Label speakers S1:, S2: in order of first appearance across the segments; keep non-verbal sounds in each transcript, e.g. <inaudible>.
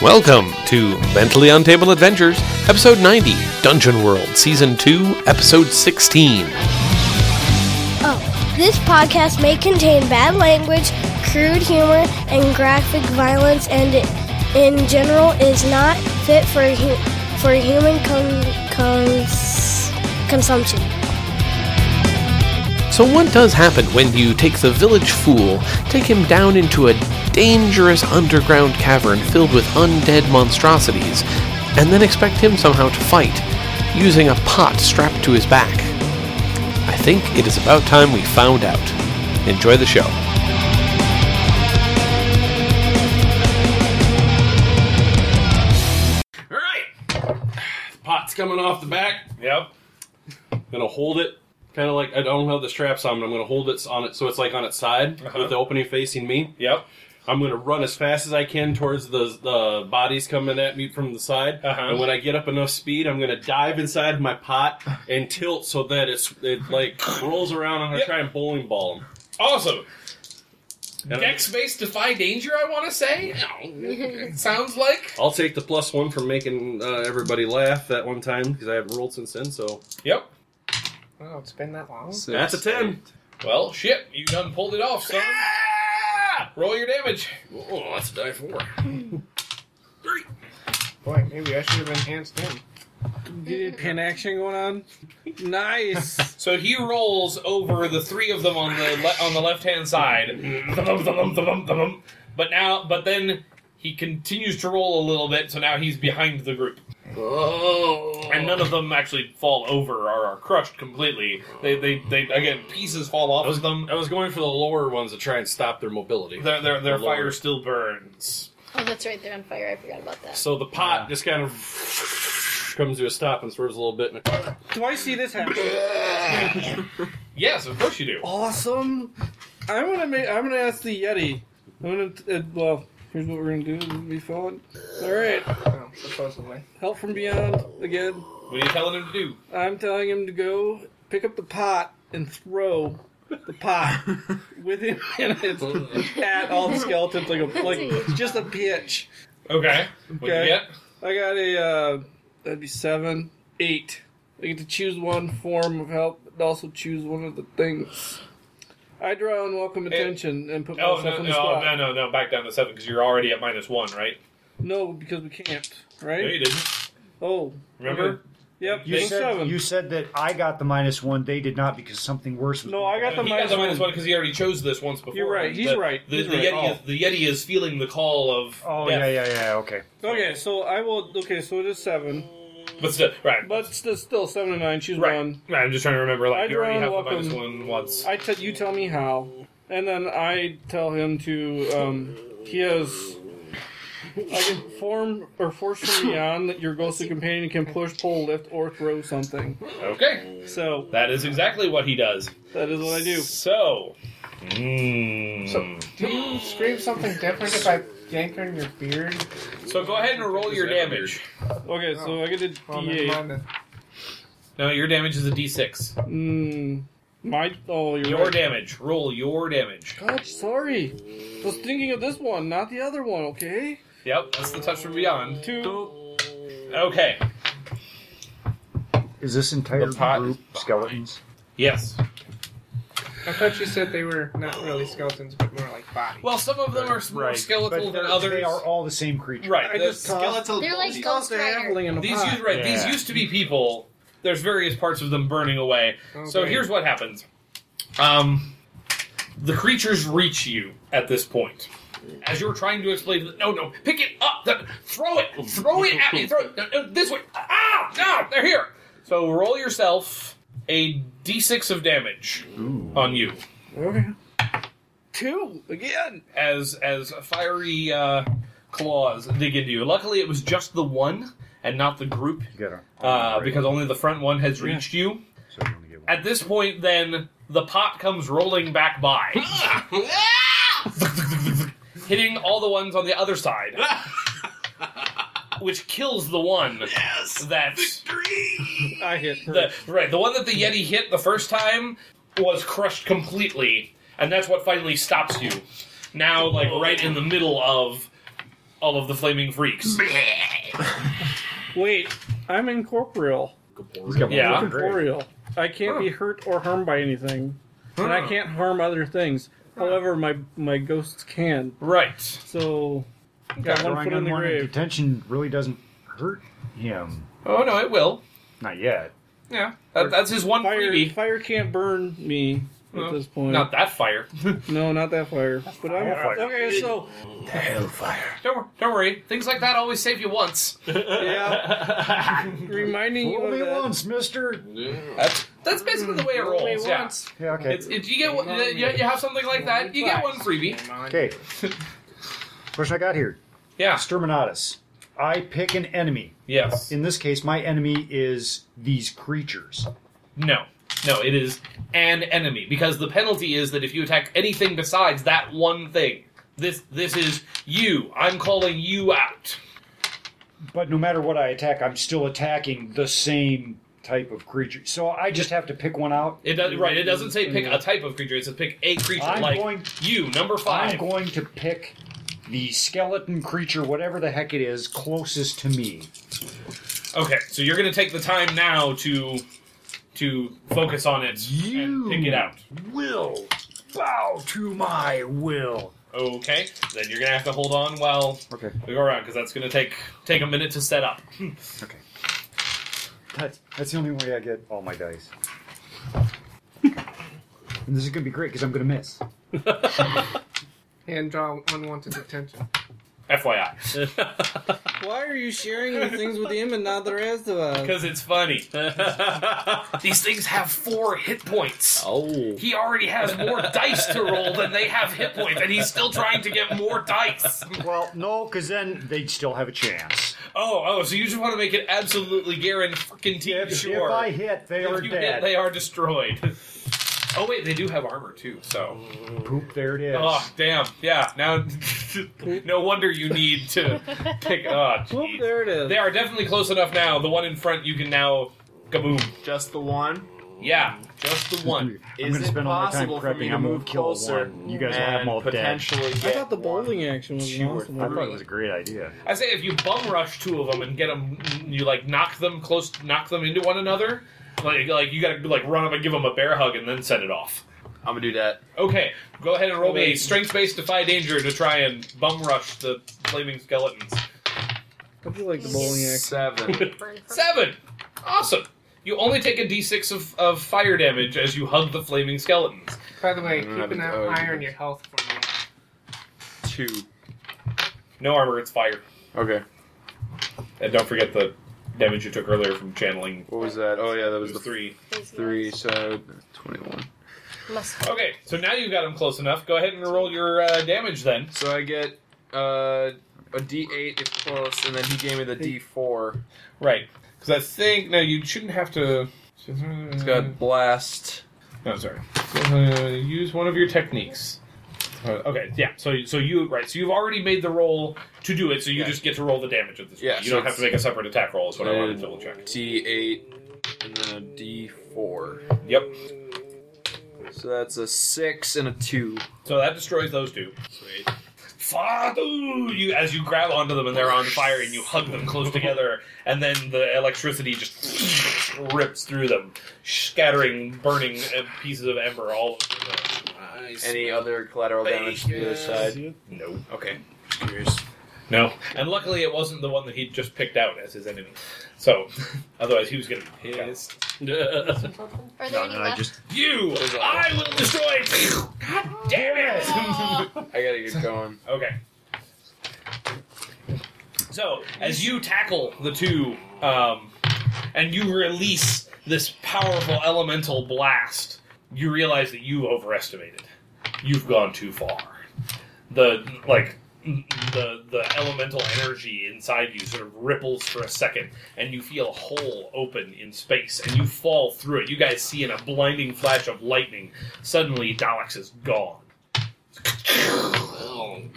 S1: Welcome to Mentally Untable Adventures, Episode 90, Dungeon World, Season 2, Episode 16.
S2: Oh, this podcast may contain bad language, crude humor, and graphic violence, and it, in general is not fit for hu- for human con- cons- consumption.
S1: So, what does happen when you take the village fool, take him down into a dangerous underground cavern filled with undead monstrosities, and then expect him somehow to fight, using a pot strapped to his back? I think it is about time we found out. Enjoy the show.
S3: All right. Pot's coming off the back. Yep. Gonna hold it, kind of like I don't have the straps on, but I'm gonna hold it on it so it's like on its side with the opening facing me.
S4: Yep.
S3: I'm gonna run as fast as I can towards the the bodies coming at me from the side,
S4: Uh-huh.
S3: and when I get up enough speed, I'm gonna dive inside my pot and tilt so that it's it like rolls around. I'm gonna
S4: Yep.
S3: try and bowling ball him.
S4: Awesome.
S3: And
S4: Dex based defy danger. I want to say. No, it sounds like.
S3: I'll take the plus one for making uh, everybody laugh that one time because I haven't rolled since then. So
S4: Yep.
S5: Wow, it's been that long.
S3: that's a ten.
S4: Well, shit. You done pulled it off, son. Roll your damage.
S3: Oh, that's a die four.
S5: Boy, maybe I should have been hands down.
S6: pin action going on. Nice.
S4: So he rolls over the three of them on the le- on the left hand side. Thump, thump, thump, thump. But now, but then he continues to roll a little bit. So now he's behind the group,
S3: Oh.
S4: and none of them actually fall over or are crushed completely. They they, they again pieces fall off of them.
S3: I was going for the lower ones to try and stop their mobility.
S4: Their their, their
S3: Lord.
S4: fire still burns.
S7: Oh, that's right. They're on fire. I forgot about that.
S3: So the pot just kind of comes to a stop and swerves a little bit. And
S6: Do I see this happen?
S4: Yes, of course you do.
S6: Oh. Awesome. I'm gonna make. I'm gonna ask the Yeti. I'm gonna. Uh, well, here's what we're gonna do. We fun. All right.
S5: Oh, supposedly.
S6: Help from beyond again.
S4: What are you telling him to do?
S6: I'm telling him to go pick up the pot and throw the pot with him in it at all the skeletons like a like just a pitch.
S4: Okay. What
S6: Okay.
S4: you get?
S6: I got a. Uh, that'd be seven, eight. I get to choose one form of help, but also choose one of the things. I draw unwelcome
S4: Hey.
S6: attention and put
S4: Oh
S6: myself
S4: no
S6: on
S4: no
S6: the spot.
S4: no no no! Back down to seven because you're already at minus one, right?
S6: No, because we can't,
S4: No, you
S6: right?
S4: didn't.
S6: Oh,
S4: Remember?
S6: yep.
S8: You
S6: big
S8: said
S6: seven.
S8: you said that I got the minus one. They did not because something worse. Was
S6: no, I got the
S4: he
S6: minus
S4: got the minus
S6: one.
S4: one because he already chose this once before.
S6: You're right, he's
S4: The-
S6: right,
S4: The,
S6: he's
S4: the
S6: right. Oh.
S4: Yeti is, the Yeti is feeling the call of.
S8: Oh
S4: death.
S8: yeah, yeah, yeah. Okay.
S6: Okay, so I will. Okay, so it is seven,
S4: But still, right,
S6: but still, still seven and nine. Choose
S4: right,
S6: one.
S4: right. I'm just trying to remember. Like
S6: I
S4: you already
S6: draw
S4: have the
S6: unwelcome.
S4: minus one once.
S6: I tell you, tell me how, and then I tell him to. Um, he has. I can form or force from beyond that your ghostly companion can push, pull, lift, or throw something.
S4: Okay,
S6: So
S4: that is exactly what he does.
S6: that is what I do.
S4: So. Mm.
S5: So, do you scream something different if I yank her in your beard?
S4: So go ahead and roll your damage.
S6: Okay, so I get a
S5: Oh, never
S6: D8.
S5: mind then.
S4: No, your damage is a D6.
S6: Mm, my oh, you're
S4: Your
S6: right.
S4: damage. Roll your damage.
S6: God, sorry. I was thinking of this one, not the other one. Okay.
S4: Yep, that's the touch from beyond.
S6: Two.
S4: Okay.
S8: Is this entire
S4: The pot
S8: group skeletons?
S4: Yes.
S5: I thought you said they were not really skeletons, but more like bodies.
S4: Well, some of them are more skeletal
S8: But
S4: than
S8: they're-
S4: others.
S8: They are all the same creature.
S4: right. the
S7: They're like Ghost Rider.
S6: in a
S4: These
S6: pot.
S4: used right. These
S8: Yeah.
S4: used to be people. There's various parts of them burning away. So
S5: Okay.
S4: here's what happens. Um, the creatures reach you at this point. As you're trying to explain, to them, no, no, pick it up, th- throw it, throw it at me, throw it no, no, this way. Ah, no, they're here. So roll yourself a d6 of damage on you
S6: Okay. Two again.
S4: as as fiery uh, claws dig into you. Luckily, it was just the one and not the group
S8: You gotta.
S4: uh, because only the front one has reached you.
S8: So you only get one.
S4: At this point, then the pot comes rolling back
S8: <laughs>
S4: by, hitting all the ones on the other
S8: <laughs>
S4: side, which kills the one that
S6: I hit. Her.
S4: the right the one that the yeti hit the first time was crushed completely, and that's what finally stops you. Now, like right in the middle of all of the flaming freaks.
S6: Wait, I'm incorporeal.
S8: He's got
S4: Yeah.
S8: one grip.
S6: Incorporeal. I can't be hurt or harmed by anything, and I can't harm other things. However, my my ghosts can.
S4: Right.
S6: So got
S8: Got
S6: one
S8: drawing
S6: foot in the
S8: unwanted
S6: grave.
S8: Detention really doesn't hurt him.
S4: Oh no, it will.
S8: Not yet.
S4: Yeah, that, that's his one
S6: Fire,
S4: freebie.
S6: fire can't burn me
S4: No,
S6: at this point.
S4: Not that fire.
S6: No, not that fire. But I'm
S8: Hellfire.
S6: okay. So
S4: Don't, wor- don't worry. Things like that always save you once.
S6: yeah, reminding you of
S8: Only
S6: that.
S8: once, mister.
S4: That's basically the way it rolls. yeah.
S8: Yeah, okay.
S4: It's, it, you get one, you, you have something like that. You get one freebie.
S8: okay. First, I got here.
S4: Yeah.
S8: Exterminatus. I pick an enemy.
S4: Yes.
S8: In this case, my enemy is these creatures.
S4: No. No. It is an enemy because the penalty is that if you attack anything besides that one thing, this this is you. I'm calling you out.
S8: But no matter what I attack, I'm still attacking the same type of creature. So I just have to pick one out.
S4: It does, right. It doesn't say pick a type of creature. It says pick a creature.
S8: I'm
S4: like
S8: going-
S4: you, number
S8: I'm
S4: 5
S8: going to pick the skeleton creature, whatever the heck it is, closest to me.
S4: Okay, so you're gonna take the time now to to focus on it and pick it out.
S8: Will bow to my will.
S4: Okay, then you're gonna have to hold on while
S8: Okay.
S4: we go around because that's gonna take take a minute to set up.
S8: Okay. That's, that's the only way I get all my <laughs> dice. and this is going to be great because I'm going to miss.
S5: And draw unwanted attention.
S4: FYI,
S6: Why are you sharing the things with him and not the rest of us?
S4: because it's <laughs> funny. These things have four hit points.
S1: Oh.
S4: He already has more dice to roll than they have hit points, and he's still trying to get more dice.
S8: Well, no, because then they'd still have a chance.
S4: Oh, oh, so you just want to make it absolutely guaranteed sure.
S8: If I hit, they
S4: If
S8: are
S4: you
S8: dead.
S4: hit, they are destroyed. Oh wait, they do have armor too. So,
S8: Poop, there it is.
S4: oh damn, yeah. Now, <laughs> no wonder you need to pick. Oh,
S6: Whoop,
S4: jeez.
S6: there it is.
S4: they are definitely close enough now. The one in front, you can now kaboom.
S9: Just the one.
S4: Yeah, just the one.
S8: I'm
S9: Is
S8: going to
S9: it
S8: spend all my time
S9: possible for me
S8: prepping.
S9: to
S8: I'm going
S9: move
S8: to kill
S9: closer
S8: one. You guys will have
S9: and
S8: them all dead.
S9: potentially
S6: I
S9: get
S6: thought the
S9: one,
S6: bowling action was
S9: two, or
S6: awesome.
S8: I thought it was
S9: three.
S8: a great idea.
S4: I say if you bum rush two of them and get them, you like knock them close, knock them into one another. Like, like you gotta like run up and give them a bear hug and then set it off.
S9: I'm gonna do that.
S4: Okay, go ahead and roll me a strength-based defy danger to try and bum rush the flaming skeletons.
S6: I do like the bowling action.
S9: Seven.
S7: Burn for-
S4: Seven. Awesome. You only take a d6 of, of fire damage as you hug the flaming skeletons.
S5: By the way,
S9: Mm,
S5: keep an
S9: I- oh,
S5: eye on
S9: yes.
S5: your health for me.
S9: Two.
S4: No armor, it's fire.
S9: Okay.
S4: And don't forget the damage you took earlier from channeling.
S9: What was that? Oh yeah, that
S4: It
S9: was
S4: was
S9: the
S4: three.
S7: Please,
S9: Three. So twenty-one.
S7: Must
S4: Okay, so now you've got them close enough. Go ahead and roll your uh, damage then.
S9: So I get uh, a D8 if close, and then he gave me the D4.
S4: Right. Because I think no, you shouldn't have to.
S9: It's got blast.
S4: No, sorry. Uh, use one of your techniques. Uh, okay, yeah. So so you right. So you've already made the roll to do it. So you
S9: Yeah.
S4: just get to roll the damage at this
S9: Yeah,
S4: point. You
S9: so
S4: don't have to make a separate attack roll. Is what I wanted to
S9: Uh,
S4: double check.
S9: D8 and then a D4.
S4: Yep.
S9: So that's a six and a two.
S4: So that destroys those two. Sweet. You as you grab onto them and they're on fire and you hug them close together and then the electricity just rips through them, scattering, burning uh, pieces of ember all over them.
S9: Any other collateral damage to the other side?
S4: No.
S9: Okay.
S4: No. And luckily it wasn't the one that he'd just picked out as his enemy. So <laughs> otherwise he was gonna be pissed.
S7: Are there
S8: No,
S7: any
S8: no, I
S7: left?
S8: just
S4: You I will destroy you <laughs> God <laughs> damn it!
S7: Oh,
S9: I gotta get going.
S4: Okay. So, as you tackle the two, um, and you release this powerful elemental blast, you realize that you overestimated. You've gone too far. The like the the elemental energy inside you sort of ripples for a second, and you feel a hole open in space, and you fall through it. You guys see in a blinding flash of lightning, suddenly Daleks is gone.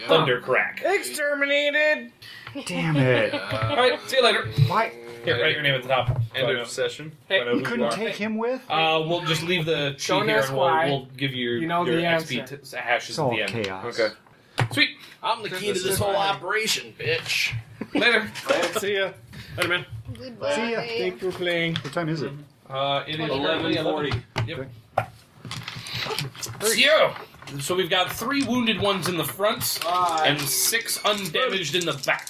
S4: Thunder crack.
S5: Exterminated!
S8: damn it.
S4: All right, see you later.
S8: Why
S4: Here, write your name at the top.
S9: End
S4: So I
S9: of session.
S4: know- so I know
S8: you
S4: who
S8: couldn't
S4: are.
S8: take him with?
S4: Uh, we'll just leave the sheet
S5: Don't
S4: here,
S5: ask
S4: and we'll,
S5: why.
S4: we'll give you,
S5: You know
S4: your
S5: the
S4: XP t- hashes
S8: It's
S4: at
S8: all
S4: the end.
S8: chaos.
S9: Okay.
S4: Sweet.
S3: I'm the key to this whole operation, bitch.
S4: Later.
S6: See ya.
S3: Later, man.
S7: Goodbye.
S8: See ya.
S6: Thank you for playing.
S8: What time is it?
S4: Uh, it is
S3: 1140.
S4: Zero. So we've got three wounded ones in the front and six undamaged in the back.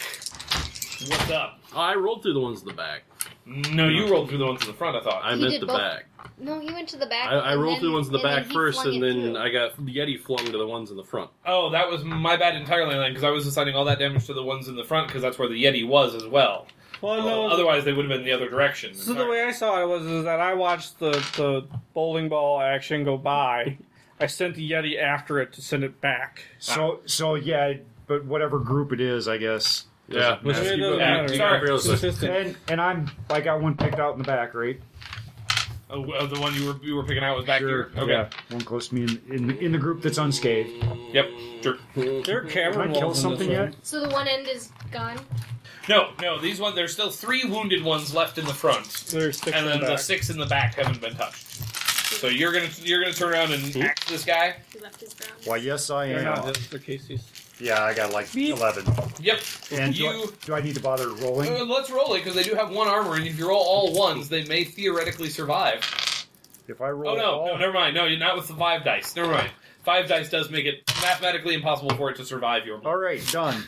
S4: What's up?
S3: I rolled through the ones in the back.
S4: No, you rolled through the ones in the front. I thought.
S3: I
S7: He
S3: meant
S7: did
S3: the
S7: both.
S3: back.
S7: No, he went to the back.
S3: I, I
S7: and
S3: rolled
S7: then-
S3: through the ones in the
S7: and then
S3: back
S7: he
S3: first,
S7: flung
S3: and
S7: it
S3: then
S7: through.
S3: I got Yeti flung to the ones in the front.
S4: Oh, that was my bad entirely, then, because I was assigning all that damage to the ones in the front, because that's where the Yeti was as well.
S6: Well, no.
S4: Otherwise, they would have been the other direction.
S6: So the way I saw it was is that I watched the, the bowling ball action go by. I sent the Yeti after it to send it back.
S8: So, so yeah, but whatever group it is, I guess.
S3: Yeah,
S6: It doesn't
S3: Yeah,
S6: matter.
S3: you
S4: Sorry.
S3: got real
S6: <laughs>
S3: sick.
S6: Consistent.
S8: And and I'm I got one picked out in the back, right?
S4: Oh, uh, the one you were you were picking out was back here.
S8: Yeah,
S4: Okay.
S8: one close to me in, in in the group that's unscathed.
S4: Yep. Sure.
S6: There are
S8: Have I
S6: cavern
S8: killed
S6: walls in this
S8: something
S6: one.
S8: yet?
S7: So the one end is gone.
S4: No, no. These ones. There's still three wounded ones left in the front,
S6: There's six
S4: and
S6: in
S4: then
S6: the
S4: the
S6: back.
S4: six in the back haven't been touched. So you're gonna you're gonna turn around and axe this guy.
S7: He left his ground.
S8: Why, yes, I
S6: They're not
S8: am.
S6: just the Casey's.
S8: Yeah, I got like eleven.
S4: Yep.
S8: And do, I,
S4: You-
S8: do I need to bother
S4: Uh,
S8: rolling?
S4: let's roll it because they do have one armor, and if you roll all ones, they may theoretically survive.
S8: If I roll,
S4: Oh no,
S8: all-
S4: no, never mind. No, you're not with the five dice. Never mind. Five dice does make it mathematically impossible for it to survive your
S8: all right, done.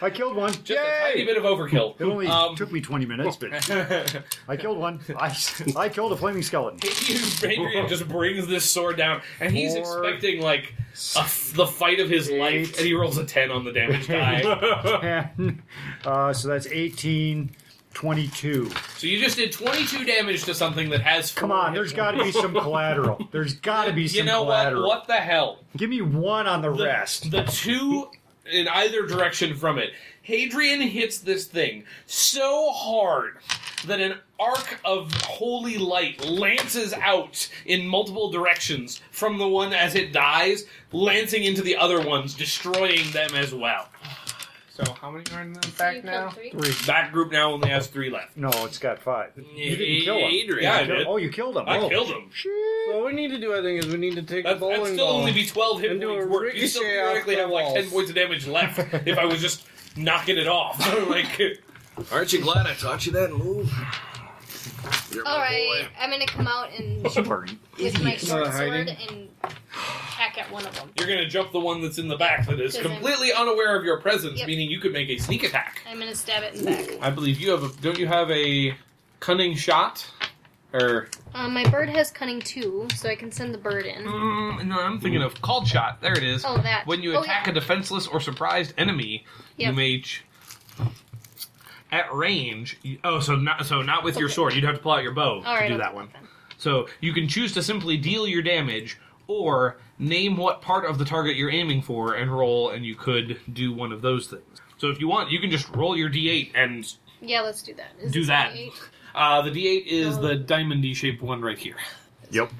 S8: I killed one.
S4: just a tiny
S8: Yay!
S4: bit of overkill.
S6: <laughs>
S8: It only
S4: Um,
S8: took me twenty minutes, but I killed one. I I killed a
S4: <laughs>
S8: flaming skeleton.
S4: Adrian just brings this sword down, and he's
S8: Four.
S4: expecting like a f- the fight of his life,
S8: Eight.
S4: and he rolls a ten on the damage
S8: <laughs>
S4: die.
S8: And, <laughs> uh, so that's 18, 22.
S4: so you just did twenty-two damage to something that has. Four
S8: Come on,
S4: hit
S8: there's got to be some collateral. There's got to be some
S4: You know what?
S8: collateral.
S4: What the hell?
S8: Give me one on the,
S4: The-
S8: rest.
S4: The two in either direction from it. Hadrian hits this thing so hard that an arc of holy light lances out in multiple directions from the one as it dies, lancing into the other ones, destroying them as well.
S5: So how many are in the
S7: So you
S5: back
S7: killed
S5: now?
S7: three?
S4: That group now only has three left.
S8: No, it's got five. You didn't kill him.
S4: Adrian. Yeah, I did.
S8: Oh, you killed him.
S4: I
S8: oh.
S4: killed him.
S6: So what we need to do, I think, is we need to take
S4: That,
S6: the
S4: that'd
S6: bowling
S4: still
S6: ball.
S4: only be 12 hit
S6: and do a
S4: points worth. You still
S6: ricochet off
S4: theoretically
S6: the
S4: have like 10
S6: walls.
S4: points of damage left <laughs> if I was just knocking it off. <laughs> like,
S9: Aren't you glad I taught you that move? You're my
S7: All right,
S9: boy.
S7: I'm gonna come out and
S8: You are an
S7: with my
S8: idiot.
S7: short
S6: Uh,
S7: sword
S6: hiding.
S7: and hack at one of them.
S4: You're gonna jump the one that's in the back that is
S7: Doesn't-
S4: completely unaware of your presence,
S7: Yep.
S4: meaning you could make a sneak attack.
S7: I'm gonna stab it in the back.
S4: I believe you have. A, don't you have a cunning shot? Or
S7: Um, my bird has cunning too, so I can send the bird in.
S4: mm, no, I'm thinking of called shot. There it is.
S7: Oh, that.
S4: When you
S7: Oh,
S4: attack
S7: yeah.
S4: a defenseless or surprised enemy,
S7: Yep.
S4: you may. Ch- at range, you- oh, so not so not with your
S7: Okay.
S4: sword. You'd have to pull out your bow
S7: All right,
S4: to do
S7: I'll
S4: that one. So you can choose to simply deal your damage or name what part of the target you're aiming for and roll, and you could do one of those things. So if you want, you can just roll your d8 and.
S7: Yeah, let's do that. Is
S4: Do
S7: this
S4: that.
S7: an eight?
S4: Uh, the d8 is
S7: Oh.
S4: the diamond D shaped one right here.
S8: Yep.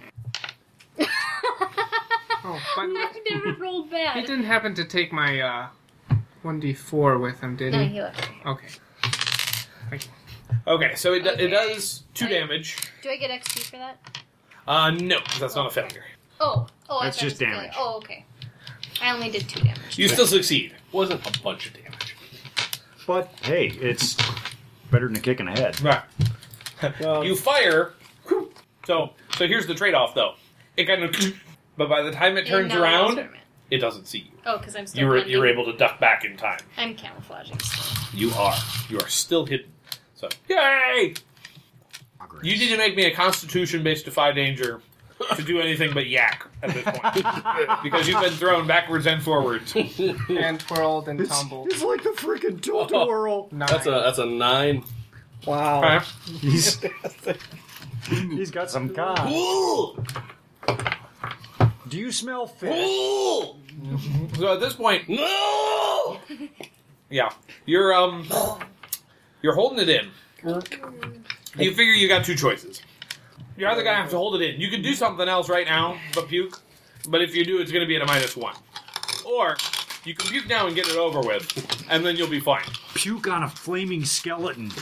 S5: Oh, by the way,
S7: <laughs> I never rolled
S5: <laughs> he
S7: bad.
S5: didn't happen to take my uh, 1d4 with him, did
S7: No,
S5: he?
S7: he left.
S5: Okay.
S4: Okay, so it, do- it
S7: Okay.
S4: does two
S7: Okay.
S4: damage.
S7: Do I get XP for that?
S4: Uh, no, 'cause that's not a failure.
S7: Oh, oh, I
S8: That's
S7: thought
S8: just
S7: it was good.
S8: damage.
S7: Oh, okay. I only did two damage.
S4: You still succeed.
S3: Wasn't a bunch of damage.
S8: But hey, it's better than a kick in the head.
S4: Right.
S6: Well,
S4: You fire. whew. So, so here's the trade off, though. It kind of. But by the time it turns
S7: And now I'll
S4: around,
S7: turn it.
S4: it doesn't see you.
S7: Oh, because I'm still.
S4: You were
S7: blending.
S4: you were able to duck back in time.
S7: I'm camouflaging. still.
S4: You are. You are still hidden. So, yay! You need to make me a Constitution based defy danger to do anything but yak at this point because you've been thrown backwards and forwards.
S5: And twirled and
S8: It's,
S5: tumbled.
S8: it's like the freaking tilt a whirl.
S5: Nine.
S3: That's a that's a nine.
S6: wow.
S4: Huh?
S8: <laughs> He's he's got some con.
S4: Ooh!
S8: Do you smell fish?
S4: Ooh! So at this point,
S3: No!
S4: yeah, you're um, you're holding it in. You figure you got two choices. You're either gonna have to hold it in. You can do something else right now, but puke. But if you do, it's gonna be at a minus one. Or you can puke now and get it over with, and then you'll be fine.
S8: Puke on a flaming skeleton.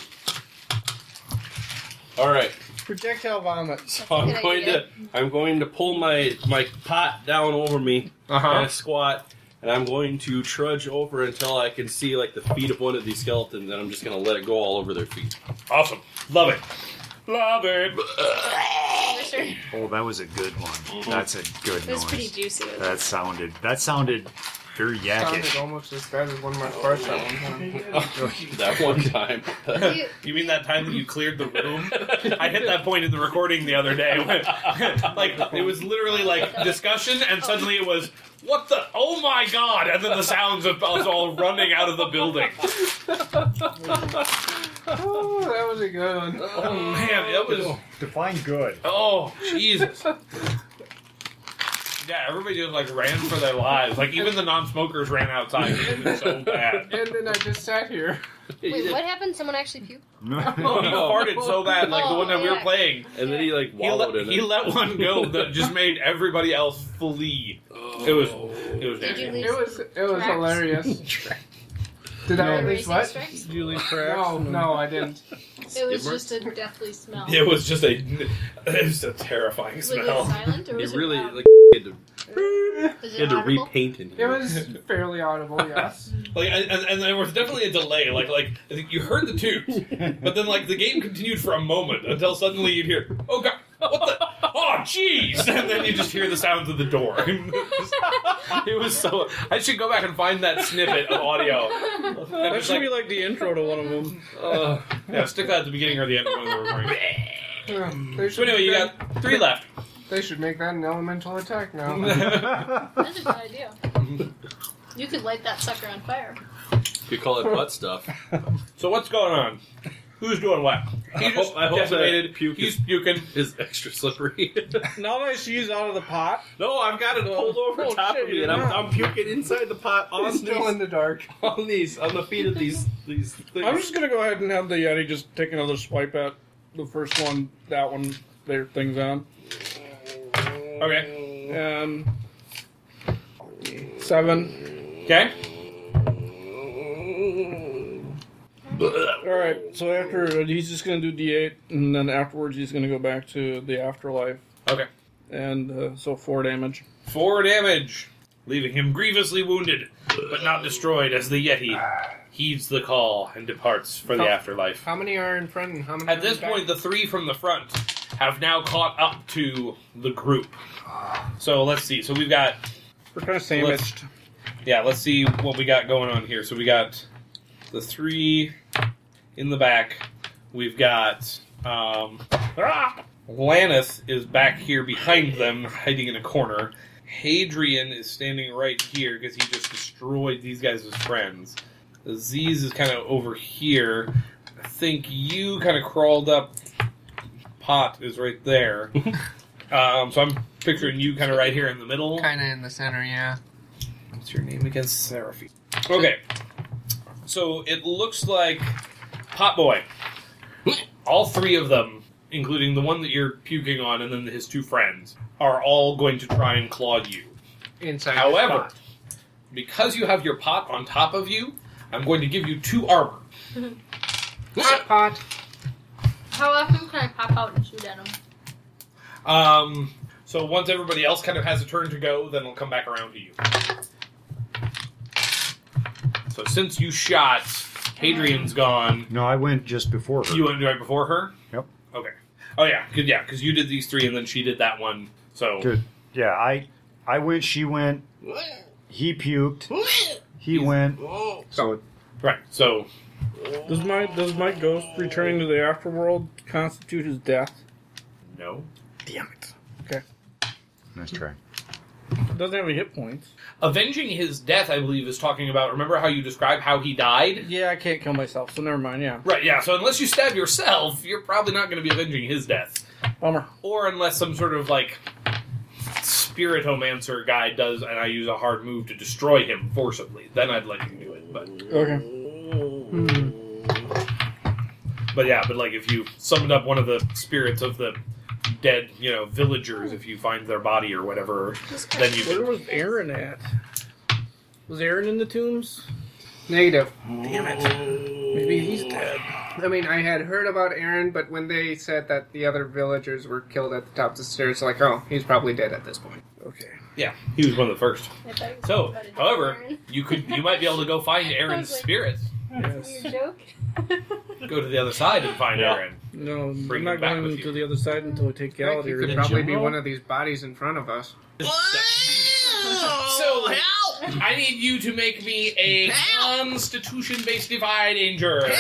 S3: All right,
S6: Projectile vomit.
S7: That's a
S3: I'm
S7: good
S3: going
S7: idea.
S3: to I'm going to pull my my pot down over me
S4: Uh
S3: and I squat. and I'm going to trudge over until I can see like the feet of one of these skeletons, and I'm just going to let it go all over their feet.
S4: Awesome. Love it. Love it.
S7: It
S10: Oh, that was a good one. That's a good
S7: was
S10: noise.
S7: pretty juicy. wasn't
S10: That sounded. That sounded very
S5: Sounded
S10: yakkish.
S5: almost as bad as one of my farts at one time.
S3: that one <laughs> time.
S4: <laughs>
S7: it? You-
S4: You mean that time that you cleared the room? I hit that point in the recording the other day. <laughs> like it was literally like discussion, and suddenly it was what the oh my god, and then the sounds of us all running out of the building.
S5: Oh, that was a good one.
S4: Oh man, that was
S8: Define <laughs> good.
S4: oh Jesus. Yeah, everybody just like ran for their lives. Like even the non-smokers ran outside. It was so bad.
S5: And then I just
S4: <laughs>
S5: sat here.
S7: Wait, what happened? Someone actually puked?
S4: Oh, he farted so bad. Like the one time we were
S7: Oh,
S4: playing,
S3: And then he like
S4: he
S3: wallowed
S4: let,
S3: in it.
S4: he let one go
S3: <laughs>
S4: that just made everybody else flee. It was it was
S7: Did you
S4: nasty.
S7: leave?
S5: It was it was
S4: <laughs>
S7: Tracks.
S5: hilarious. Did
S7: some
S5: I at least
S7: racing
S5: what?
S7: stripes?
S6: Julie
S5: No, no, I didn't.
S7: It was just a deathly smell.
S4: It was just a it was a terrifying
S7: Was it
S4: smell.
S7: silent or
S3: He
S7: was it
S3: really
S7: loud?
S3: like had to,
S7: Was
S3: he had
S7: it
S3: to
S7: audible?
S3: repaint in
S5: It
S3: here.
S4: <laughs>
S5: was fairly audible, yes.
S4: Like and, and- and there was definitely a delay. Like like I think you heard the
S3: <laughs>
S4: tubes, but then like the game continued for a moment until suddenly you'd hear oh god. What the? Oh, jeez! <laughs> And then you just hear the sounds of the door. <laughs> it was so. I should go back and find that snippet of audio. And
S6: That
S4: just, like,
S6: should be like the intro to one of them.
S4: uh, yeah, stick that at the beginning or the end of one of the
S6: <laughs>
S4: recordings.
S5: Um,
S4: Hmm.
S5: they
S4: So
S5: should
S4: anyway, you
S5: make
S4: got three left.
S5: that- They should make that an elemental
S4: <laughs>
S5: attack now.
S10: That's
S7: That's a good idea. You could light that sucker on fire.
S3: You call it butt stuff.
S4: So what's going on? Who's doing what? He
S3: I
S4: just
S3: hope- I hope that
S4: decimated.
S3: puke
S4: He's
S3: is-
S4: puking.
S3: Is extra slippery. <laughs>
S6: Now that she's out of the pot,
S3: no, I've got it pulled over
S6: Oh,
S3: top
S6: shit,
S3: of me, and I'm,
S6: yeah.
S3: I'm puking inside the
S6: <laughs>
S3: pot on
S5: It's still in
S3: these,
S5: the dark.
S3: on these, on the feet of these these things.
S6: I'm just gonna go ahead and have the Yeti just take another swipe at the first one, that one, their things on.
S4: Okay.
S6: And seven.
S4: Okay.
S6: All right. So after he's just gonna do D8, and then afterwards he's gonna go back to the afterlife,
S4: Okay.
S6: and uh, so four damage.
S4: Four damage, leaving him grievously wounded, but not destroyed as the Yeti heeds the call and departs for the
S5: Oh.
S4: afterlife.
S5: How many are in front and how many
S4: At
S5: are
S4: this
S5: back?
S4: point, the three from the front have now caught up to the group. So let's see. So we've got
S6: We're kind of
S4: Let's-
S6: sandwiched.
S4: Yeah, let's see what we got going on here. So we got the three in the back. We've got um ah! Laneth is back here behind them, hiding in a corner. Hadrian is standing right here because he just destroyed these guys' as friends. Aziz is kind of over here. I think you kind of crawled up. Pot is right there. um, so I'm picturing you kind of right here in the middle.
S5: Kinda in the center, yeah.
S4: What's your name against Seraphine? Okay. So it looks like Potboy. All three of them, including the one that you're puking on and then his two friends, are all going to try and claw you.
S5: Inside. the
S4: However,
S5: spot.
S4: because you have your pot on top of you, I'm going to give you two armor.
S5: Hot pot.
S7: How often can I pop out and shoot at him?
S4: Um, so once everybody else kind of has a turn to go, then it'll come back around to you. So since you shot, Hadrian's gone.
S8: No, I went just before her.
S4: You went right before her.
S8: Yep.
S4: Okay. Oh yeah, good. Yeah, because you did these three, and then she did that one. So
S8: Good. Yeah, I, I went. She went. He puked. He went. So
S4: right. So
S6: Does my does my ghost returning to the afterworld constitute his death?
S4: no.
S8: nice try.
S6: Doesn't have any hit points.
S4: Avenging his death, I believe, is talking about. Remember how you described how he died?
S6: Yeah, I can't kill myself, so never mind. Yeah,
S4: Right. Yeah. So unless you stab yourself, you're probably not going to be avenging his death,
S6: bummer.
S4: or unless some sort of like spiritomancer guy does, and I use a hard move to destroy him forcibly. Then I'd let you do it. But
S6: Okay.
S4: But yeah, but like if you summoned up one of the spirits of the dead, you know, villagers, if you find their body or whatever, then you
S6: Where
S4: can.
S6: was Aaron at? Was Aaron in the tombs?
S5: Negative.
S6: Damn it. Maybe he's dead.
S5: I mean, I had heard about Aaron, but when they said that the other villagers were killed at the top of the stairs, like, oh, he's probably dead at this point. Okay.
S4: Yeah, he was one of the first. So, however, you could you might be able to go find Aaron's spirit.
S7: Your joke?
S4: Go to the other side and find
S5: Yeah.
S4: Aaron.
S6: No,
S4: Bring
S6: I'm
S4: him
S6: not
S4: back
S6: going
S4: with
S6: to the other side until we take
S5: It
S6: Gallagher.
S5: could probably be one of these bodies in front of us.
S4: So help! I need you to make me a constitution-based divide injure.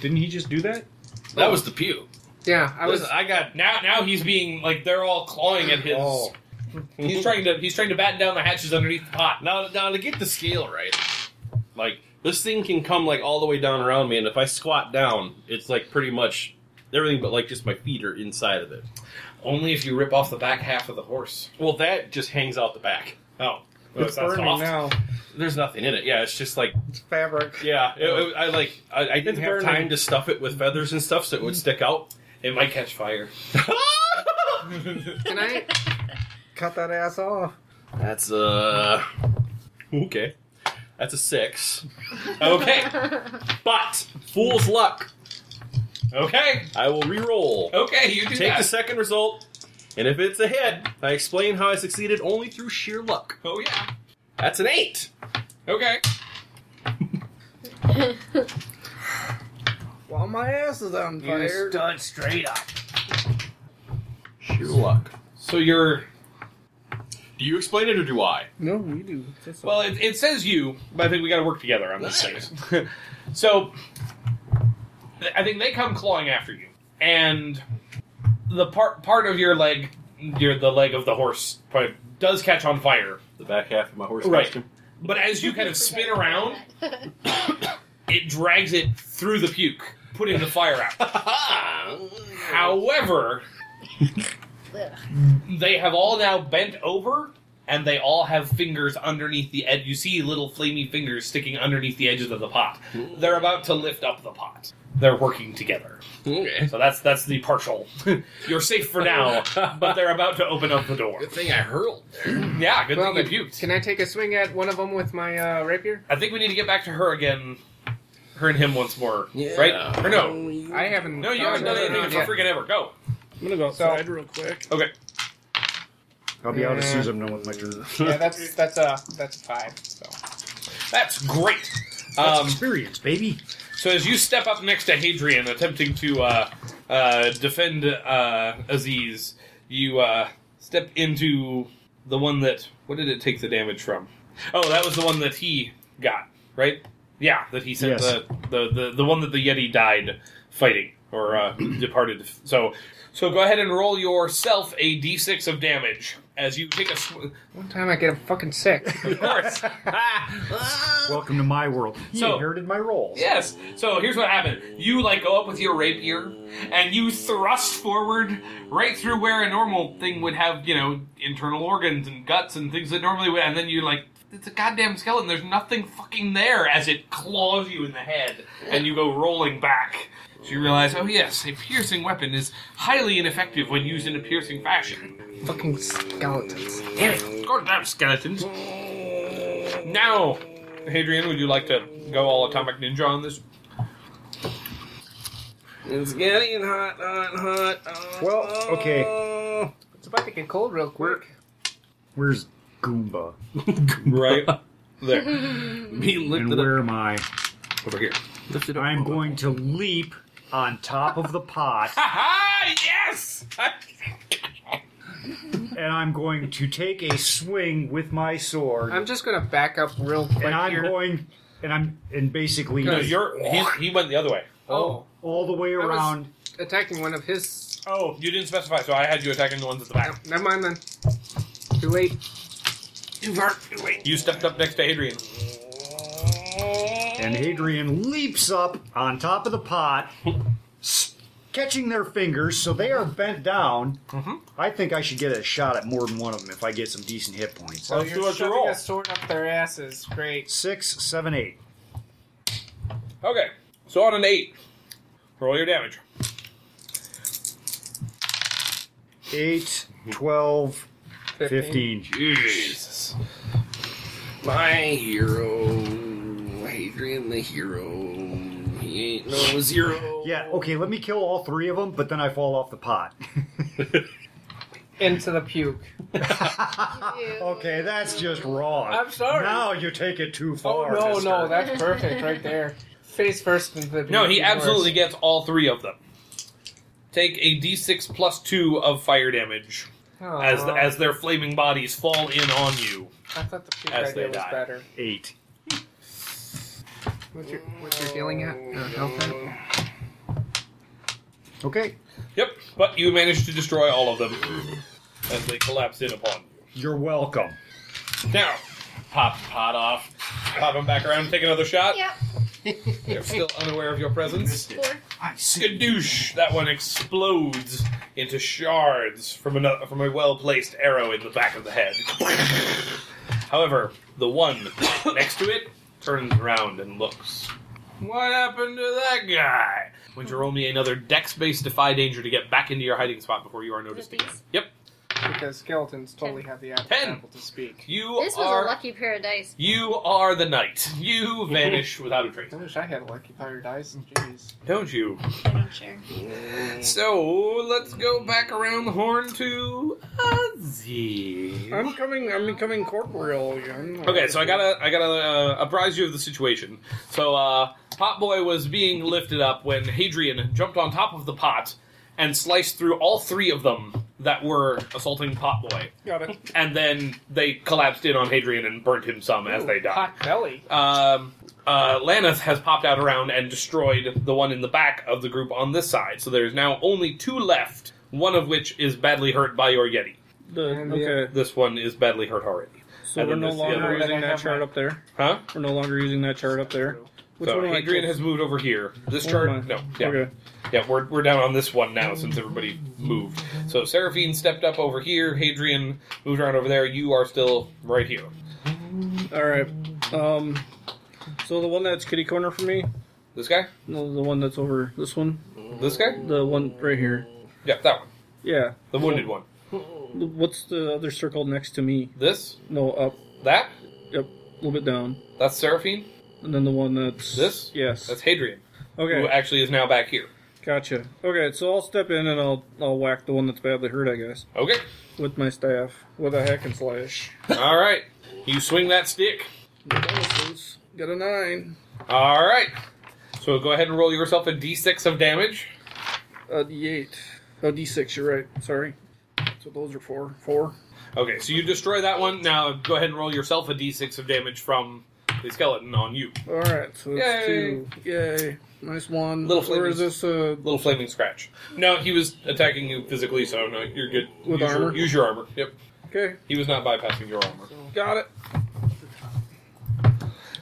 S8: Didn't he just do that?
S4: That was the pew.
S5: Yeah, I was.
S4: Listen, I got now. Now he's being like they're all clawing at his.
S3: Oh.
S4: He's trying to he's trying to batten down the hatches underneath the pot.
S3: Now, now to get the scale right, like this thing can come like all the way down around me, and if I squat down, it's like pretty much everything but like just my feet are inside of it.
S4: Only if you rip off the back half of the horse.
S3: Well, that just hangs out the back.
S4: Oh,
S3: Well,
S5: it's
S3: not
S5: burning
S3: soft.
S5: now.
S3: There's nothing in it. Yeah, it's just like
S5: It's fabric.
S3: yeah. it- it- I like I, I didn't
S5: It's
S3: have
S5: burning.
S3: time to stuff it with feathers and stuff, so it would stick out.
S4: It might catch
S3: <laughs>
S5: <laughs>
S4: fire.
S5: Can I cut that ass off?
S3: That's uh okay. That's a six.
S4: Okay,
S3: But fool's luck.
S4: okay,
S3: I will re-roll.
S4: okay. You do
S3: Take
S4: that.
S3: the second result, and if it's a hit, I explain how I succeeded only through sheer luck.
S4: oh yeah.
S3: That's an eight.
S4: Okay.
S5: While my ass is on fire.
S8: stood straight up.
S3: Sheer luck.
S4: So you're
S3: Do you explain it or do I?
S6: No, we do. That's all.
S4: well. It, it says you, but I think we got to work together on this thing. <laughs> so th- I think they come clawing after you, and the part part of your leg, your the leg of the horse, probably does catch on fire.
S3: The back half of my horse
S4: Right.
S3: costume.
S4: But as you kind of spin
S7: <laughs>
S4: around, it drags it through the puke, putting the fire out. However, they have all now bent over, and they all have fingers underneath the edge. You see little flamey fingers sticking underneath the edges of the pot. They're about to lift up the pot. They're working together.
S3: Okay.
S4: So that's that's the partial. <laughs> You're safe for now, but they're about to open up the door.
S3: Good thing I hurled.
S4: Yeah, good
S5: Well,
S4: thing
S5: then,
S4: you puked.
S5: Can I take a swing at one of them with my uh, rapier?
S4: I think we need to get back to her again. Her and him once more.
S1: Yeah.
S4: Right? Or no.
S5: I haven't.
S4: No, you
S5: thought
S4: haven't done
S5: about it
S4: anything
S5: yet.
S4: for freaking ever. Go.
S6: I'm gonna go outside real quick.
S4: Okay.
S8: I'll be out as
S4: Eh.
S8: soon as I'm done with my turn.
S4: <laughs>
S5: Yeah, that's that's a that's a five. So
S4: That's great.
S8: That's
S4: Um,
S8: experience, baby.
S4: so as you step up next to Hadrian, attempting to uh, uh, defend uh, Aziz, you uh, step into the one that. What did it take the damage from? Oh, that was the one that he got, right? Yeah, that he sent
S8: Yes.
S4: the, the, the the one that the Yeti died fighting or uh, <clears throat> departed. So, so go ahead and roll yourself a d6 of damage as you take a. Sw-
S5: one time I get a fucking six.
S4: of course.
S8: Welcome to my world. You
S4: So-
S8: inherited my roles.
S4: Yes. So here's what happened. You like go up with your rapier and you thrust forward right through where a normal thing would have, you know, internal organs and guts and things that normally would and then you like it's a goddamn skeleton. There's nothing fucking there as it claws you in the head and you go rolling back. So you realize, oh yes, a piercing weapon is highly ineffective when used in a piercing fashion.
S5: fucking skeletons.
S4: Damn it. Goddamn skeletons. Now, Hadrian, would you like to go all atomic ninja on this?
S5: It's getting hot, hot, hot. hot.
S8: Well, okay.
S5: It's about to get cold real quick.
S8: Where's Goomba?
S4: <laughs> Right there.
S3: Me
S8: And
S3: lifted up.
S8: where am I?
S4: Over here.
S3: Lifted up.
S8: I'm going to leap on top of
S4: <laughs>
S8: the pot,
S4: Aha! Ah, Yes!
S8: and I'm going to take a swing with my sword,
S5: I'm just gonna back up real quick
S8: and I'm
S5: here.
S8: going, and I'm, and basically
S4: no, you're. He, he went the other way.
S5: oh,
S8: all the way
S5: was-
S8: around.
S5: attacking one of his.
S4: Oh, you didn't specify, so I had you attacking the ones at the
S5: Oh,
S4: back.
S5: never mind then. Too late.
S4: Oh, You stepped up next to Adrian.
S8: and Hadrian leaps up on top of the pot, s- catching their fingers so they are bent down.
S5: Mm-hmm.
S8: I think I should get a shot at more than one of them if I get some decent hit points.
S5: So
S4: Let's do
S5: you're
S4: what you
S5: shoving
S4: roll.
S5: a sword up their asses. Great.
S8: Six, seven, eight.
S4: Okay, so on an eight, roll your damage.
S8: Eight, 12, 15.
S4: Jesus.
S1: My hero, Adrian the hero. He
S3: D8, no, zero.
S8: Yeah, okay, let me kill all three of them, but then I fall off the pot.
S5: Into the puke.
S8: okay, that's just wrong.
S5: I'm sorry.
S8: Now you take it too
S5: Oh
S8: far.
S5: no,
S8: mister.
S5: no, that's
S4: <laughs>
S5: perfect right there. Face first into the.
S4: No, he
S5: puke doors.
S4: absolutely gets all three of them. Take a d6 plus two of fire damage
S5: Aw,
S4: as as their flaming bodies fall in on you.
S5: I thought the puke
S4: as
S5: idea
S4: they
S5: was
S4: die.
S5: better.
S8: Eight.
S5: What's your what's your dealing at? Or health at?
S8: Okay,
S4: Yep, but you manage to destroy all of them as they collapse in upon
S8: you're welcome.
S4: you. Now, pop pot off, pop them back around, take another shot.
S7: Yep.
S4: They're still unaware of your presence.
S7: Four.
S4: Skadoosh! That one explodes into shards from another, from a well placed arrow in the back of the head. However, the one next to it turns around and looks. What happened to that guy? When you roll me another dex based defy danger to get back into your hiding spot before you are noticed
S7: Is it
S4: again.
S7: these?
S4: Yep.
S5: Because skeletons totally have the apple,
S4: Ten.
S5: apple to speak.
S4: You
S7: This was
S4: are
S7: a lucky pair of dice.
S4: you are the knight. You vanish without a trace.
S5: I wish I had a lucky fire dice. Jeez.
S4: Don't you?
S7: I don't share.
S4: So let's go back around the horn to Ozzy.
S6: I'm coming. I'm becoming corporeal again.
S4: Okay, so I gotta, I gotta uh, apprise you of the situation. So, uh, Pot Boy was being lifted up when Hadrian jumped on top of the pot and sliced through all three of them that were assaulting Pot Boy,
S6: got it.
S5: <laughs>
S4: and then they collapsed in on Hadrian and burnt him some as they died.
S5: Hot belly.
S4: Um, uh, Laneth has popped out around and destroyed the one in the back of the group on this side. So there's now only two left, one of which is badly hurt by your Yeti.
S5: And the-
S6: okay,
S4: This one is badly hurt already.
S6: so
S4: and
S6: we're
S4: then
S6: no
S4: there's the
S6: longer
S4: other
S5: one.
S6: using that chart up there.
S4: Huh?
S6: We're no longer using that chart up
S4: Uh,
S6: there. Which
S4: so
S6: one am I
S4: Hadrian
S6: close-
S4: has moved over here. This
S6: Where am
S4: chart,
S6: I?
S4: no, yeah,
S6: Okay.
S4: yeah, we're, we're down on this one now since everybody moved. So Seraphine stepped up over here. Hadrian moved around over there. You are still right here.
S6: All right. Um. So the one that's kitty corner for me.
S4: This guy,
S6: No, the one that's over this one.
S4: this guy,
S6: The one right here.
S4: yeah, that one,
S6: Yeah.
S4: the wounded one.
S6: What's the other circle next to me?
S4: This,
S6: No, up.
S4: that,
S6: Yep. A little bit down.
S4: that's Seraphine.
S6: And then the one that's
S4: This?
S6: Yes.
S4: That's Hadrian,
S6: okay.
S4: who actually is now back here.
S6: Gotcha. Okay, so I'll step in and I'll I'll whack the one that's badly hurt, I guess,
S4: Okay,
S6: with my staff with a hack and slash.
S4: all right. You swing that stick.
S6: Got a nine.
S4: All right. So go ahead and roll yourself a d6 of damage.
S6: A D8. A D6. You're right. Sorry. That's what those are for. Four.
S4: Okay, so you destroy that one. Now go ahead and roll yourself a d6 of damage from the skeleton on you.
S6: All right. So
S4: Yay.
S6: it's two. Yay. Nice one.
S4: Little
S6: Where is
S4: flavors.
S6: this? Uh,
S4: Little flaming scratch. No, he was attacking you physically, so no, you're good.
S6: With
S4: use
S6: armor?
S4: Your, use your armor. Yep.
S6: okay.
S4: He was not bypassing your armor.
S6: Got it.